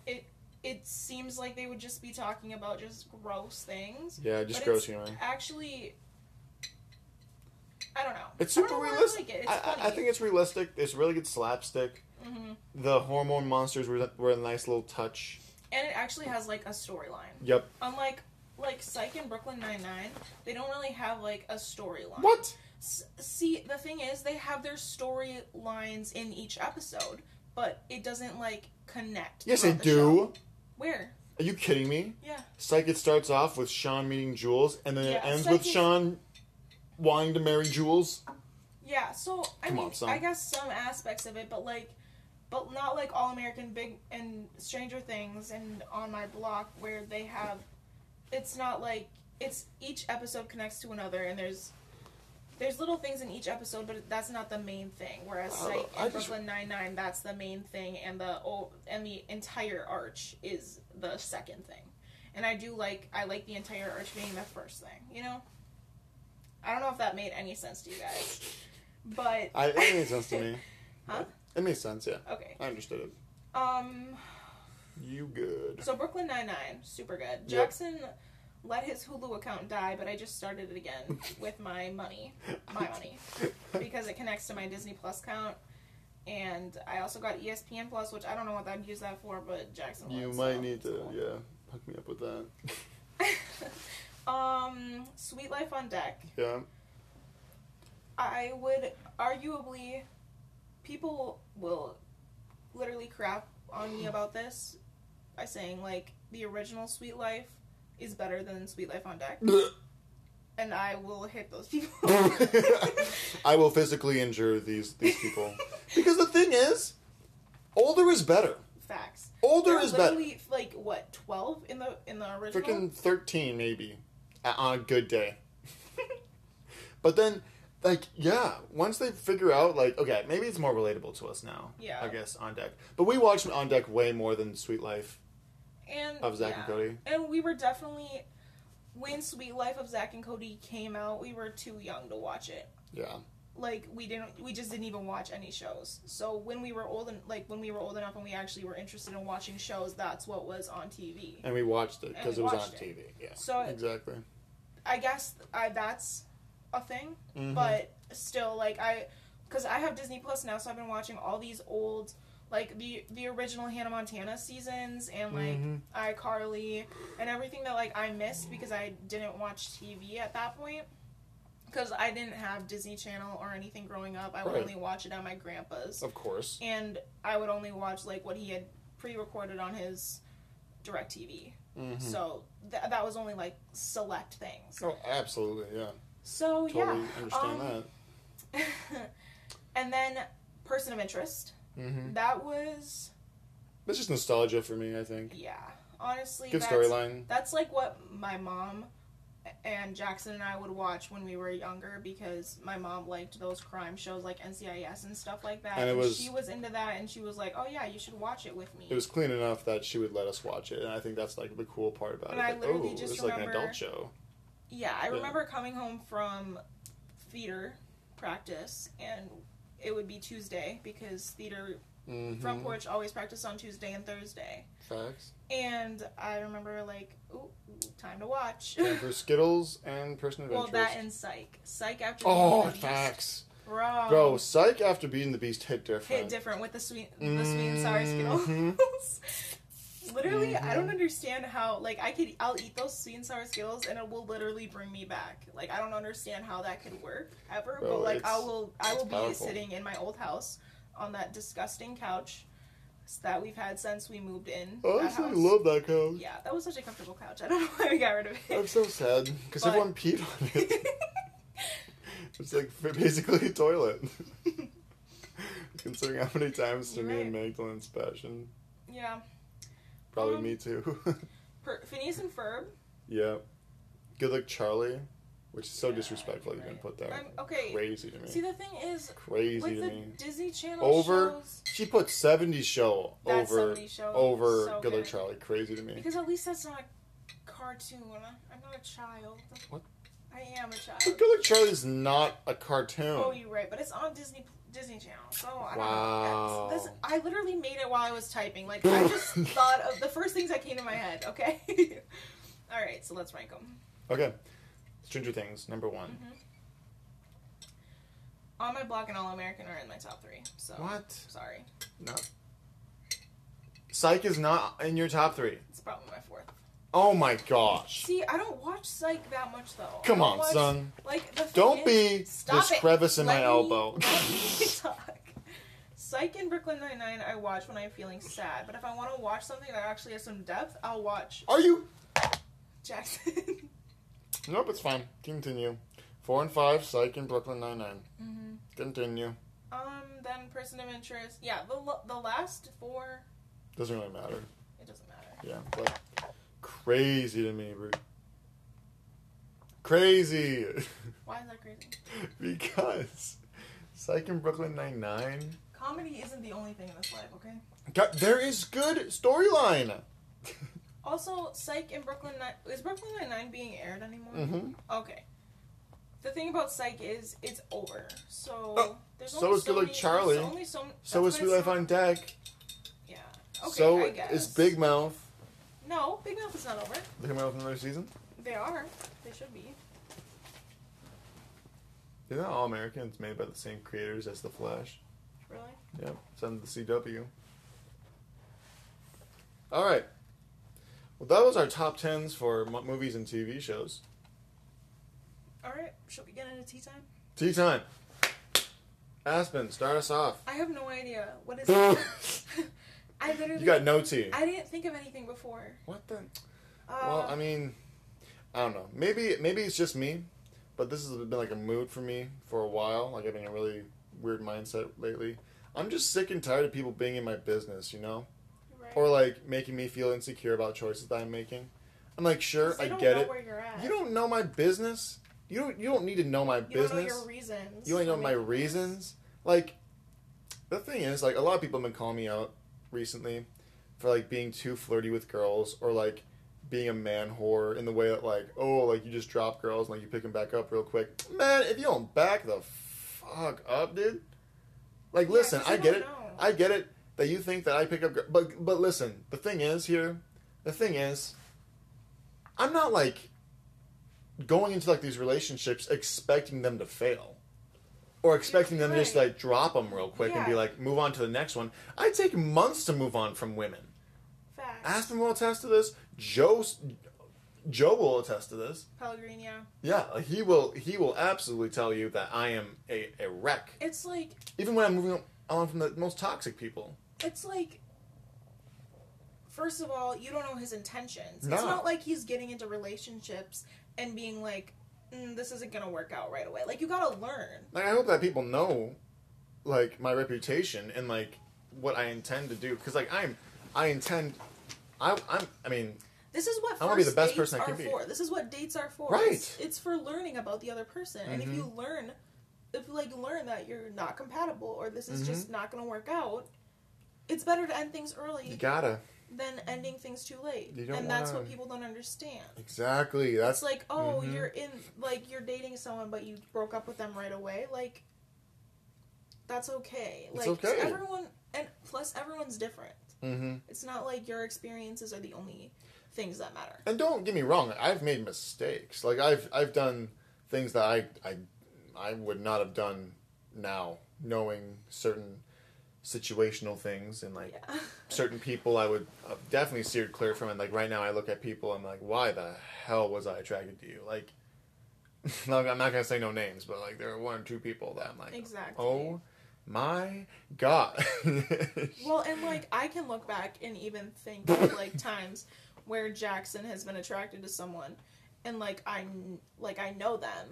[SPEAKER 1] It seems like they would just be talking about just gross things.
[SPEAKER 2] yeah. Just
[SPEAKER 1] But
[SPEAKER 2] gross
[SPEAKER 1] it's
[SPEAKER 2] humor.
[SPEAKER 1] Actually, I don't know.
[SPEAKER 2] It's
[SPEAKER 1] I don't
[SPEAKER 2] super
[SPEAKER 1] know why I
[SPEAKER 2] realistic.
[SPEAKER 1] like it. It's
[SPEAKER 2] I, I- I
[SPEAKER 1] funny.
[SPEAKER 2] think it's realistic. It's really good slapstick.
[SPEAKER 1] Mhm.
[SPEAKER 2] The hormone monsters were were a nice little touch.
[SPEAKER 1] and it actually has like a storyline.
[SPEAKER 2] Yep.
[SPEAKER 1] Unlike like Psych and Brooklyn Nine Nine, they don't really have like a storyline.
[SPEAKER 2] What?
[SPEAKER 1] S- see, the thing is, they have their storylines in each episode, but it doesn't like connect.
[SPEAKER 2] Yes, I
[SPEAKER 1] throughout the show.
[SPEAKER 2] do.
[SPEAKER 1] Where?
[SPEAKER 2] Are you kidding me?
[SPEAKER 1] Yeah.
[SPEAKER 2] Psych it starts off with Sean meeting Jules, and then it
[SPEAKER 1] Yeah,
[SPEAKER 2] ends
[SPEAKER 1] Psych
[SPEAKER 2] with
[SPEAKER 1] is-
[SPEAKER 2] Sean wanting to marry Jules.
[SPEAKER 1] Yeah, so I
[SPEAKER 2] Come
[SPEAKER 1] mean,
[SPEAKER 2] on, son.
[SPEAKER 1] I guess some aspects of it, but like, but not like All American Big and Stranger Things and On My Block, where they have, it's not like it's each episode connects to another, and there's there's little things in each episode, but that's not the main thing. Whereas
[SPEAKER 2] I-
[SPEAKER 1] like
[SPEAKER 2] I
[SPEAKER 1] in
[SPEAKER 2] just-
[SPEAKER 1] Brooklyn Nine Nine, that's the main thing, and the oh, and the entire arch is the second thing. And I do like I like the entire arch being the first thing, you know. I don't know if that made any sense to you guys. But
[SPEAKER 2] I, it made sense to me.
[SPEAKER 1] Huh?
[SPEAKER 2] It made sense, yeah.
[SPEAKER 1] Okay.
[SPEAKER 2] I understood it.
[SPEAKER 1] Um.
[SPEAKER 2] You good.
[SPEAKER 1] So Brooklyn Nine Nine, super good. Jackson let his Hulu account die, but I just started it again with my money, my money, because it connects to my Disney Plus account. And I also got E ESPN Plus, which I don't know what I'd use that for, but Jackson.
[SPEAKER 2] you
[SPEAKER 1] would,
[SPEAKER 2] might
[SPEAKER 1] so
[SPEAKER 2] need
[SPEAKER 1] it's
[SPEAKER 2] to,
[SPEAKER 1] cool.
[SPEAKER 2] yeah, hook me up with that.
[SPEAKER 1] um, Sweet Life on Deck.
[SPEAKER 2] Yeah.
[SPEAKER 1] I would arguably, people will literally crap on me about this by saying, like, the original Sweet Life is better than Sweet Life on Deck. And I will hit those people.
[SPEAKER 2] I will physically injure these these people because the thing is, older is better.
[SPEAKER 1] Facts.
[SPEAKER 2] Older
[SPEAKER 1] They're
[SPEAKER 2] is better.
[SPEAKER 1] literally, like, what, 12 in the in the original?
[SPEAKER 2] Freaking thirteen, maybe, a- on a good day. But then, like, yeah, once they figure out, like, okay, maybe it's more relatable to us now.
[SPEAKER 1] Yeah.
[SPEAKER 2] I guess on deck, but we watched on deck way more than Sweet Life
[SPEAKER 1] and,
[SPEAKER 2] of Zach and
[SPEAKER 1] yeah.
[SPEAKER 2] Cody.
[SPEAKER 1] And we were definitely, when Sweet Life of Zach and Cody came out, we were too young to watch it.
[SPEAKER 2] Yeah.
[SPEAKER 1] like we didn't we just didn't even watch any shows so when we were old and like when we were old enough and we actually were interested in watching shows that's what was on tv
[SPEAKER 2] And we watched it
[SPEAKER 1] And
[SPEAKER 2] because it
[SPEAKER 1] we
[SPEAKER 2] was on
[SPEAKER 1] watched
[SPEAKER 2] TV. Yeah.
[SPEAKER 1] So-
[SPEAKER 2] exactly.
[SPEAKER 1] i guess I, that's a thing
[SPEAKER 2] Mhm.
[SPEAKER 1] but still like i because i have disney plus now so i've been watching all these old like the the original Hannah Montana seasons and like
[SPEAKER 2] Mhm.
[SPEAKER 1] iCarly and everything that like I missed because I didn't watch TV at that point because I didn't have Disney Channel or anything growing up. I would
[SPEAKER 2] Right.
[SPEAKER 1] only watch it at my grandpa's,
[SPEAKER 2] Of course.
[SPEAKER 1] and I would only watch like what he had pre-recorded on his Direct TV.
[SPEAKER 2] Mhm.
[SPEAKER 1] So th- that was only like select things.
[SPEAKER 2] Oh, absolutely, yeah.
[SPEAKER 1] So
[SPEAKER 2] Totally
[SPEAKER 1] yeah,
[SPEAKER 2] understand
[SPEAKER 1] um, and then person of interest.
[SPEAKER 2] that. Mm-hmm.
[SPEAKER 1] That was
[SPEAKER 2] It's just nostalgia for me, I think.
[SPEAKER 1] yeah. Honestly,
[SPEAKER 2] Good
[SPEAKER 1] that's-
[SPEAKER 2] storyline.
[SPEAKER 1] That's like what my mom and Jackson and I would watch when we were younger because my mom liked those crime shows like NCIS and stuff like that.
[SPEAKER 2] And it was-
[SPEAKER 1] she was into that and she was like, "Oh yeah, you should watch it with me."
[SPEAKER 2] It was clean enough that she would let us watch it, and I think that's like the cool part about
[SPEAKER 1] And
[SPEAKER 2] it.
[SPEAKER 1] I
[SPEAKER 2] Like,
[SPEAKER 1] literally
[SPEAKER 2] oh,
[SPEAKER 1] just
[SPEAKER 2] it's like an
[SPEAKER 1] remember-
[SPEAKER 2] adult show.
[SPEAKER 1] yeah, I
[SPEAKER 2] Yeah.
[SPEAKER 1] remember coming home from theater practice and it would be Tuesday because theater
[SPEAKER 2] Mm-hmm.
[SPEAKER 1] front porch always practiced on Tuesday and Thursday.
[SPEAKER 2] Facts.
[SPEAKER 1] And I remember like, "Ooh, time to watch."
[SPEAKER 2] And for Skittles and Person of
[SPEAKER 1] well,
[SPEAKER 2] Interest.
[SPEAKER 1] that and Psych, Psych after
[SPEAKER 2] oh,
[SPEAKER 1] Beauty and the Beast.
[SPEAKER 2] facts.
[SPEAKER 1] bro,
[SPEAKER 2] Bro, Psych after Beauty and the Beast hit different.
[SPEAKER 1] Um, hit different with the sweet the sweet and sour
[SPEAKER 2] Mhm.
[SPEAKER 1] Skittles. literally, I don't
[SPEAKER 2] Mhm.
[SPEAKER 1] understand how like I could I'll eat those sweet and sour Skittles and it will literally bring me back. Like I don't understand how that could work ever,
[SPEAKER 2] Bro,
[SPEAKER 1] but like I
[SPEAKER 2] it's-
[SPEAKER 1] will I
[SPEAKER 2] it's
[SPEAKER 1] will be
[SPEAKER 2] powerful.
[SPEAKER 1] sitting in my old house on that disgusting couch that we've had since we moved in.
[SPEAKER 2] Oh, I
[SPEAKER 1] that
[SPEAKER 2] actually
[SPEAKER 1] house.
[SPEAKER 2] love that couch.
[SPEAKER 1] yeah, that was such a comfortable couch. I don't know why we got rid of
[SPEAKER 2] I'm
[SPEAKER 1] it.
[SPEAKER 2] so sad because
[SPEAKER 1] But-
[SPEAKER 2] everyone peed on it. it's like basically a toilet. Considering how many times to
[SPEAKER 1] You're
[SPEAKER 2] me and Magdalene's passion,
[SPEAKER 1] yeah,
[SPEAKER 2] probably
[SPEAKER 1] Um,
[SPEAKER 2] me too.
[SPEAKER 1] per- Phineas and Ferb.
[SPEAKER 2] Yeah. Good luck, Charlie, which is so
[SPEAKER 1] Yeah,
[SPEAKER 2] disrespectful you're
[SPEAKER 1] you're right.
[SPEAKER 2] gonna put there.
[SPEAKER 1] I'm- okay.
[SPEAKER 2] Crazy to me.
[SPEAKER 1] See, the thing is,
[SPEAKER 2] Crazy
[SPEAKER 1] with
[SPEAKER 2] to
[SPEAKER 1] the
[SPEAKER 2] me.
[SPEAKER 1] Disney Channel
[SPEAKER 2] Over-
[SPEAKER 1] shows,
[SPEAKER 2] She put 70 show
[SPEAKER 1] That
[SPEAKER 2] over
[SPEAKER 1] 70 show
[SPEAKER 2] over
[SPEAKER 1] is so
[SPEAKER 2] Good Luck
[SPEAKER 1] good.
[SPEAKER 2] Charlie. Crazy to me.
[SPEAKER 1] Because at least that's not a cartoon. I'm not a child.
[SPEAKER 2] What?
[SPEAKER 1] I am a
[SPEAKER 2] But
[SPEAKER 1] child.
[SPEAKER 2] Good Luck Charlie is not a cartoon.
[SPEAKER 1] Oh, you're right, but it's on Disney Disney Channel, so I don't
[SPEAKER 2] Wow.
[SPEAKER 1] know. That's, that's, I literally made it while I was typing. Like I just thought of the first things that came to my head. Okay. All right, so let's rank them.
[SPEAKER 2] Okay. Stranger Things number one.
[SPEAKER 1] On my block and All American are in my top three. So
[SPEAKER 2] What?
[SPEAKER 1] Sorry,
[SPEAKER 2] No. Psych is not in your top three.
[SPEAKER 1] it's probably my fourth.
[SPEAKER 2] Oh my gosh.
[SPEAKER 1] See, I don't watch Psych that much though. I
[SPEAKER 2] Come
[SPEAKER 1] don't
[SPEAKER 2] on,
[SPEAKER 1] watch-
[SPEAKER 2] son.
[SPEAKER 1] Like the thing
[SPEAKER 2] Don't
[SPEAKER 1] is-
[SPEAKER 2] be
[SPEAKER 1] Stop
[SPEAKER 2] this
[SPEAKER 1] it.
[SPEAKER 2] crevice in
[SPEAKER 1] Let
[SPEAKER 2] my
[SPEAKER 1] me-
[SPEAKER 2] elbow.
[SPEAKER 1] let me talk. Psych and Brooklyn Nine Nine I watch when I'm feeling sad, but if I want to watch something that actually has some depth, I'll watch
[SPEAKER 2] Are you
[SPEAKER 1] Jackson.
[SPEAKER 2] Nope, it's fine. Continue. Four and five, Psych and Brooklyn Nine Nine.
[SPEAKER 1] Mhm.
[SPEAKER 2] Continue.
[SPEAKER 1] um, then Person of Interest. Yeah, the l- the last four.
[SPEAKER 2] Doesn't really matter.
[SPEAKER 1] It doesn't matter.
[SPEAKER 2] Yeah, but crazy to me, bro. Crazy
[SPEAKER 1] Why is that crazy?
[SPEAKER 2] because Psych and Brooklyn Nine Nine.
[SPEAKER 1] Comedy isn't the only thing in this life, okay?
[SPEAKER 2] God, there is good storyline.
[SPEAKER 1] Also, Psych and Brooklyn Nine is Brooklyn Nine Nine being aired anymore?
[SPEAKER 2] hmm
[SPEAKER 1] Okay. The thing about Psych is it's over, so
[SPEAKER 2] Oh,
[SPEAKER 1] there's
[SPEAKER 2] so
[SPEAKER 1] only
[SPEAKER 2] is Good Luck
[SPEAKER 1] many-
[SPEAKER 2] Charlie.
[SPEAKER 1] there's Only so,
[SPEAKER 2] So
[SPEAKER 1] that's
[SPEAKER 2] is
[SPEAKER 1] what
[SPEAKER 2] Sweet
[SPEAKER 1] it's
[SPEAKER 2] Life
[SPEAKER 1] not-
[SPEAKER 2] on Deck.
[SPEAKER 1] Yeah. Okay,
[SPEAKER 2] so
[SPEAKER 1] I guess.
[SPEAKER 2] is Big Mouth.
[SPEAKER 1] No, Big Mouth is not over.
[SPEAKER 2] They're coming out with another season.
[SPEAKER 1] They are. They should be.
[SPEAKER 2] They're not all American. It's made by the same creators as The Flash.
[SPEAKER 1] Really?
[SPEAKER 2] Yep, it's on the CW. All right. Well, that was our top tens for mo- movies and TV shows.
[SPEAKER 1] All right. Should we get into tea time?
[SPEAKER 2] Tea time. Aspen, start us off.
[SPEAKER 1] I have no idea. What is it? I literally.
[SPEAKER 2] You got no tea.
[SPEAKER 1] I didn't think of anything before.
[SPEAKER 2] What the?
[SPEAKER 1] Uh,
[SPEAKER 2] Well, I mean, I don't know. Maybe maybe it's just me, but this has been like a mood for me for a while. Like I've been in a really weird mindset lately. I'm just sick and tired of people being in my business, you know,
[SPEAKER 1] right.
[SPEAKER 2] or like making me feel insecure about choices that I'm making. I'm like, sure,
[SPEAKER 1] 'Cause they
[SPEAKER 2] I
[SPEAKER 1] don't
[SPEAKER 2] get
[SPEAKER 1] know
[SPEAKER 2] it.
[SPEAKER 1] Where you're at.
[SPEAKER 2] You don't know my business. You don't. You don't need to know my
[SPEAKER 1] You don't know
[SPEAKER 2] business.
[SPEAKER 1] your reasons.
[SPEAKER 2] you want to know
[SPEAKER 1] for
[SPEAKER 2] my
[SPEAKER 1] making this.
[SPEAKER 2] reasons. Like, the thing is, like, a lot of people have been calling me out recently for like being too flirty with girls or like being a man whore in the way that like, oh, like you just drop girls and like you pick them back up real quick. Man, if you don't back the fuck up, dude. Like,
[SPEAKER 1] Yeah,
[SPEAKER 2] listen,
[SPEAKER 1] 'cause
[SPEAKER 2] I
[SPEAKER 1] they
[SPEAKER 2] get
[SPEAKER 1] don't
[SPEAKER 2] it.
[SPEAKER 1] know.
[SPEAKER 2] I get it that you think that I pick up, gir- but but listen, the thing is here, the thing is, I'm not like going into like these relationships expecting them to fail. or expecting them to just
[SPEAKER 1] Right.
[SPEAKER 2] like drop them real quick and be
[SPEAKER 1] Yeah.
[SPEAKER 2] like move on to the next one. I take months to move on from women.
[SPEAKER 1] Facts.
[SPEAKER 2] Aspen will attest to this. Joe, Joe will attest to this.
[SPEAKER 1] Pellegrini. yeah.
[SPEAKER 2] Yeah, like, he will. He will absolutely tell you that I am a, a wreck,
[SPEAKER 1] It's like
[SPEAKER 2] even when I'm moving on from the most toxic people.
[SPEAKER 1] it's like first of all you don't know his intentions it's
[SPEAKER 2] No.
[SPEAKER 1] not like he's getting into relationships and being like mm, this isn't gonna work out right away like you gotta learn
[SPEAKER 2] Like I hope that people know, like my reputation and like what I intend to do, because like I'm, I intend, I, I'm. I mean,
[SPEAKER 1] this is what
[SPEAKER 2] I wanna be
[SPEAKER 1] first
[SPEAKER 2] the best
[SPEAKER 1] dates
[SPEAKER 2] person I can
[SPEAKER 1] are
[SPEAKER 2] be.
[SPEAKER 1] for this is what dates are for
[SPEAKER 2] Right.
[SPEAKER 1] it's, it's for learning about the other person and if
[SPEAKER 2] Mhm.
[SPEAKER 1] you learn if you like learn that you're not compatible or this is
[SPEAKER 2] Mm-hmm.
[SPEAKER 1] just not gonna work out it's better to end things early
[SPEAKER 2] you gotta
[SPEAKER 1] than ending things too late
[SPEAKER 2] You don't
[SPEAKER 1] and that's what
[SPEAKER 2] wanna-
[SPEAKER 1] people don't understand
[SPEAKER 2] exactly.
[SPEAKER 1] it's like oh
[SPEAKER 2] Mhm.
[SPEAKER 1] you're in like you're dating someone but you broke up with them right away like that's okay
[SPEAKER 2] It's
[SPEAKER 1] like
[SPEAKER 2] okay.
[SPEAKER 1] everyone and plus everyone's different
[SPEAKER 2] hmm
[SPEAKER 1] it's not like your experiences are the only things that matter
[SPEAKER 2] And don't get me wrong, I've made mistakes. Like I've I've done things that I I I would not have done now, knowing certain situational things and like
[SPEAKER 1] yeah
[SPEAKER 2] certain people I would uh, definitely steered clear from. And like right now, I look at people, I'm like, why the hell was I attracted to you? Like, like, I'm not gonna say no names, but like there are one or two people that I'm like,
[SPEAKER 1] Exactly.
[SPEAKER 2] oh my god.
[SPEAKER 1] well and like i can look back and even think of like times where jackson has been attracted to someone and like i kn- like i know them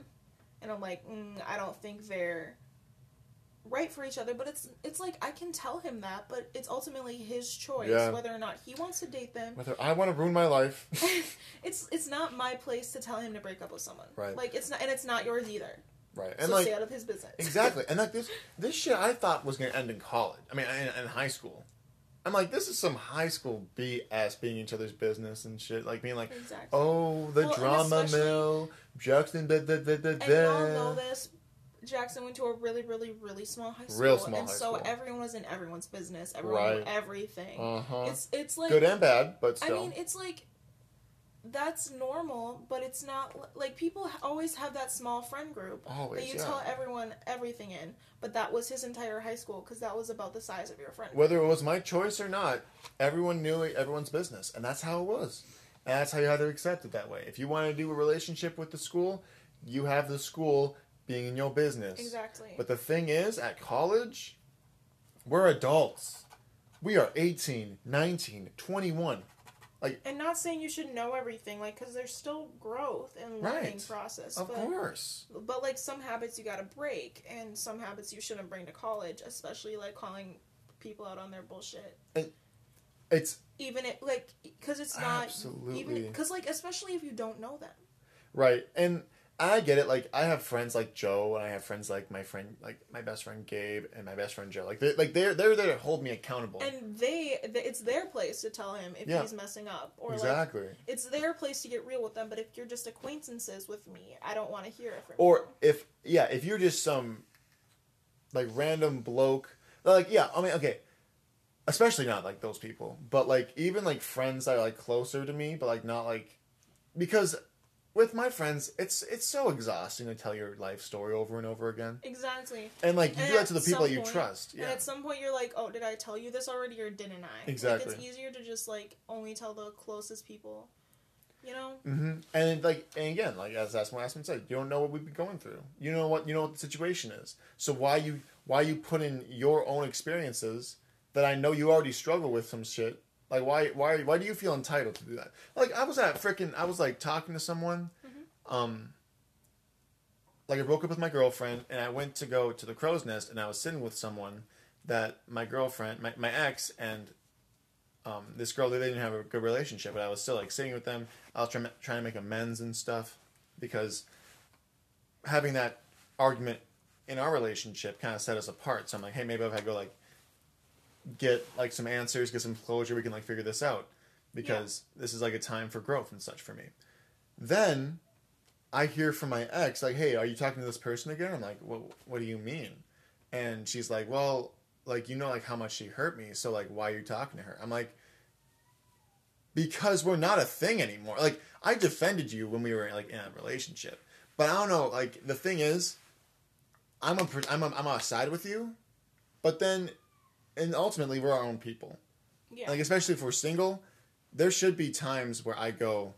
[SPEAKER 1] and i'm like mm, i don't think they're right for each other but it's it's like i can tell him that but it's ultimately his choice
[SPEAKER 2] Yeah.
[SPEAKER 1] whether or not he wants to date them
[SPEAKER 2] Whether I want to ruin my life.
[SPEAKER 1] it's it's not my place to tell him to break up with someone
[SPEAKER 2] Right.
[SPEAKER 1] like it's not and it's not yours either
[SPEAKER 2] right. And
[SPEAKER 1] so
[SPEAKER 2] like
[SPEAKER 1] stay out of his business
[SPEAKER 2] Exactly, and like this, this shit I thought was gonna end in college. I mean, in, in high school. I'm like, this is some high school BS, being each other's business and shit. Like being like,
[SPEAKER 1] Exactly.
[SPEAKER 2] oh, the
[SPEAKER 1] Well, and
[SPEAKER 2] drama
[SPEAKER 1] especially-
[SPEAKER 2] mill, Jackson, da da da da
[SPEAKER 1] And we all know
[SPEAKER 2] da.
[SPEAKER 1] this. Jackson went to a really, really, really small high school,
[SPEAKER 2] Real small
[SPEAKER 1] and
[SPEAKER 2] high
[SPEAKER 1] so
[SPEAKER 2] school.
[SPEAKER 1] everyone was in everyone's business. Everyone knew
[SPEAKER 2] Right.
[SPEAKER 1] everything.
[SPEAKER 2] Uh huh.
[SPEAKER 1] It's it's like
[SPEAKER 2] Good and bad, but
[SPEAKER 1] I
[SPEAKER 2] still.
[SPEAKER 1] mean, it's like that's normal, but it's not li- like people h- always have that small friend group
[SPEAKER 2] Always,
[SPEAKER 1] that you
[SPEAKER 2] yeah.
[SPEAKER 1] tell everyone everything in. But that was his entire high school because that was about the size of your friend. group.
[SPEAKER 2] Whether it was my choice or not, everyone knew everyone's business, and that's how it was. And that's how you had to accept it that way. If you wanted to do a relationship with the school, you have the school being in your business.
[SPEAKER 1] Exactly.
[SPEAKER 2] But the thing is, at college, we're adults. We are 18, 19, 21.
[SPEAKER 1] and not saying you should know everything, like because there's still growth and
[SPEAKER 2] Right.
[SPEAKER 1] learning process.
[SPEAKER 2] Of
[SPEAKER 1] but
[SPEAKER 2] course.
[SPEAKER 1] But like some habits you gotta break, and some habits you shouldn't bring to college, especially like calling people out on their bullshit.
[SPEAKER 2] It's
[SPEAKER 1] Even it like because it's not even
[SPEAKER 2] Absolutely.
[SPEAKER 1] because like especially if you don't know them.
[SPEAKER 2] Right. And I get it. Like I have friends like Joe and I have friends like my friend like my best friend Gabe and my best friend Joe. Like they like they're they're there to hold me accountable.
[SPEAKER 1] And they, th- it's their place to tell him if
[SPEAKER 2] Oh. Yeah.
[SPEAKER 1] he's messing up or like
[SPEAKER 2] exactly.
[SPEAKER 1] it's their place to get real with them. But if you're just acquaintances with me, I don't want to hear it from
[SPEAKER 2] or if yeah, if you're just some like random bloke like yeah, I mean okay. Especially not like those people. But like even like friends that are like closer to me, but like not like because with my friends, it's it's so exhausting to tell your life story over and over again.
[SPEAKER 1] you. exactly.
[SPEAKER 2] And like you
[SPEAKER 1] And
[SPEAKER 2] do that
[SPEAKER 1] at
[SPEAKER 2] to the people
[SPEAKER 1] some
[SPEAKER 2] that you
[SPEAKER 1] point-
[SPEAKER 2] trust. Yeah.
[SPEAKER 1] And at some point, you're like, oh, did I tell you this already or didn't I? Like,
[SPEAKER 2] Exactly.
[SPEAKER 1] it's easier to just like only tell the closest people. You know.
[SPEAKER 2] hmm And like, and again, like as that's what Aspen said, you don't know what we've been going through. You know what you know what the situation is. So why you why you put in your own experiences that I know you already struggle with some shit. Like why why why do you feel entitled to do that? Like I was at freaking I was like talking to someone, um, like I broke up with my girlfriend and I went to go to the crow's nest and I was sitting with someone that my girlfriend my my ex and um, this girl they didn't have a good relationship but i was still like sitting with them i was try- trying to make amends and stuff because having that argument in our relationship kind of set us apart so i'm like hey maybe if i go like get like some answers get some closure we can like figure this out because this is like a time for growth and such for me then i hear from my ex like hey are you talking to this person again i'm like what, what do you mean and she's like well like you know like how much she hurt me so like why are you talking to her i'm like because we're not a thing anymore like i defended you when we were like in a relationship but i don't know like the thing is I'm a, per- I'm a, I'm a side with you, but then, and ultimately we're our own people.
[SPEAKER 1] Yeah.
[SPEAKER 2] Like especially if we're single, there should be times where I go,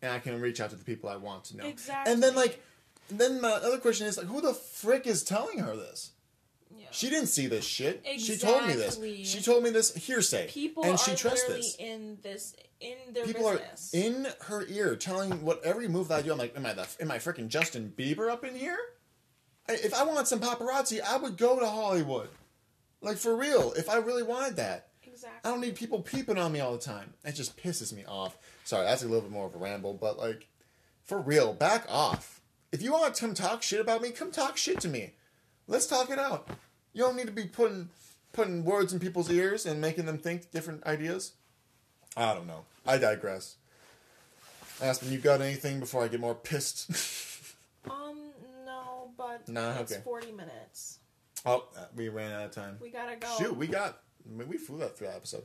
[SPEAKER 2] and I can reach out to the people I want to know. And
[SPEAKER 1] Exactly.
[SPEAKER 2] then like, then my other question is like, who the frick is telling her this?
[SPEAKER 1] yeah.
[SPEAKER 2] She didn't see this shit. She told me this.
[SPEAKER 1] Exactly.
[SPEAKER 2] She told me this hearsay.
[SPEAKER 1] People
[SPEAKER 2] and
[SPEAKER 1] are
[SPEAKER 2] she trusts
[SPEAKER 1] literally
[SPEAKER 2] this.
[SPEAKER 1] in this in their
[SPEAKER 2] People
[SPEAKER 1] business.
[SPEAKER 2] are in her ear telling what every move that I do. I'm like, am I the am I freaking Justin Bieber up in here? I, if I want some paparazzi, I would go to Hollywood. Like for real, if I really wanted that. I
[SPEAKER 1] exactly.
[SPEAKER 2] don't need people peeping on me all the time. It just pisses me off. Sorry, that's a little bit more of a ramble, but like, for real, back off. If you want to come talk shit about me, come talk shit to me. Let's talk it out. You don't need to be putting putting words in people's ears and making them think different ideas. I don't know. I digress. Aspen, you got anything before I get more pissed?
[SPEAKER 1] Um, no, but
[SPEAKER 2] Nah,
[SPEAKER 1] it's
[SPEAKER 2] okay.
[SPEAKER 1] forty minutes.
[SPEAKER 2] oh, uh, we ran out of time.
[SPEAKER 1] We gotta go.
[SPEAKER 2] Shoot, we got I mean, we flew that through that episode.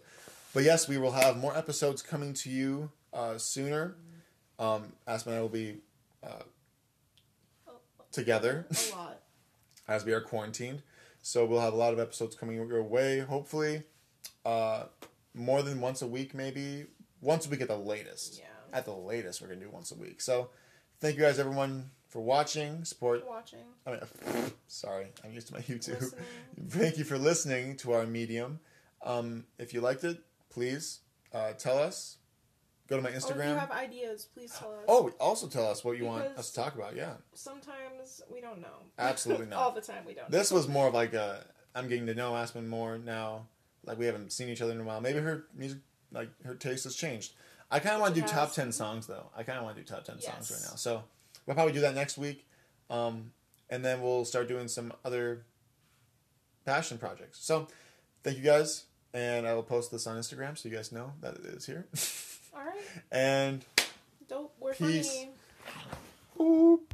[SPEAKER 2] But yes, we will have more episodes coming to you uh, sooner. Um, Aspen and I will be uh, together
[SPEAKER 1] a lot.
[SPEAKER 2] as we are quarantined, so we'll have a lot of episodes coming your way. Hopefully, uh, more than once a week, maybe once a week at the latest.
[SPEAKER 1] Yeah.
[SPEAKER 2] At the latest, we're gonna do once a week. So, thank you guys, everyone, for watching, support.
[SPEAKER 1] Watching.
[SPEAKER 2] I mean, sorry, I'm used to my YouTube.
[SPEAKER 1] Listening. Oh,
[SPEAKER 2] Thank you for listening to our medium. Um, if you liked it, please uh, tell us. Go to my
[SPEAKER 1] Or if Oh, you
[SPEAKER 2] Instagram.
[SPEAKER 1] have ideas, please tell us.
[SPEAKER 2] Oh, also tell us what you want
[SPEAKER 1] Because-
[SPEAKER 2] us to talk about. Yeah,
[SPEAKER 1] Sometimes we don't know.
[SPEAKER 2] Absolutely not.
[SPEAKER 1] All the time we don't.
[SPEAKER 2] this was more of like a I'm getting to know Aspen more now. Like we haven't seen each other in a while. Maybe her music, like her taste has changed. I kind of want to
[SPEAKER 1] It
[SPEAKER 2] do top
[SPEAKER 1] has.
[SPEAKER 2] ten songs though. I kind of want to do top ten songs
[SPEAKER 1] Yes.
[SPEAKER 2] right now. So we'll probably do that next week, um, and then we'll start doing some other passion projects. So thank you guys, and I will post this on Instagram so you guys know that it is here.
[SPEAKER 1] All right.
[SPEAKER 2] and
[SPEAKER 1] Dope. We're
[SPEAKER 2] Peace.
[SPEAKER 1] funny.
[SPEAKER 2] Boop.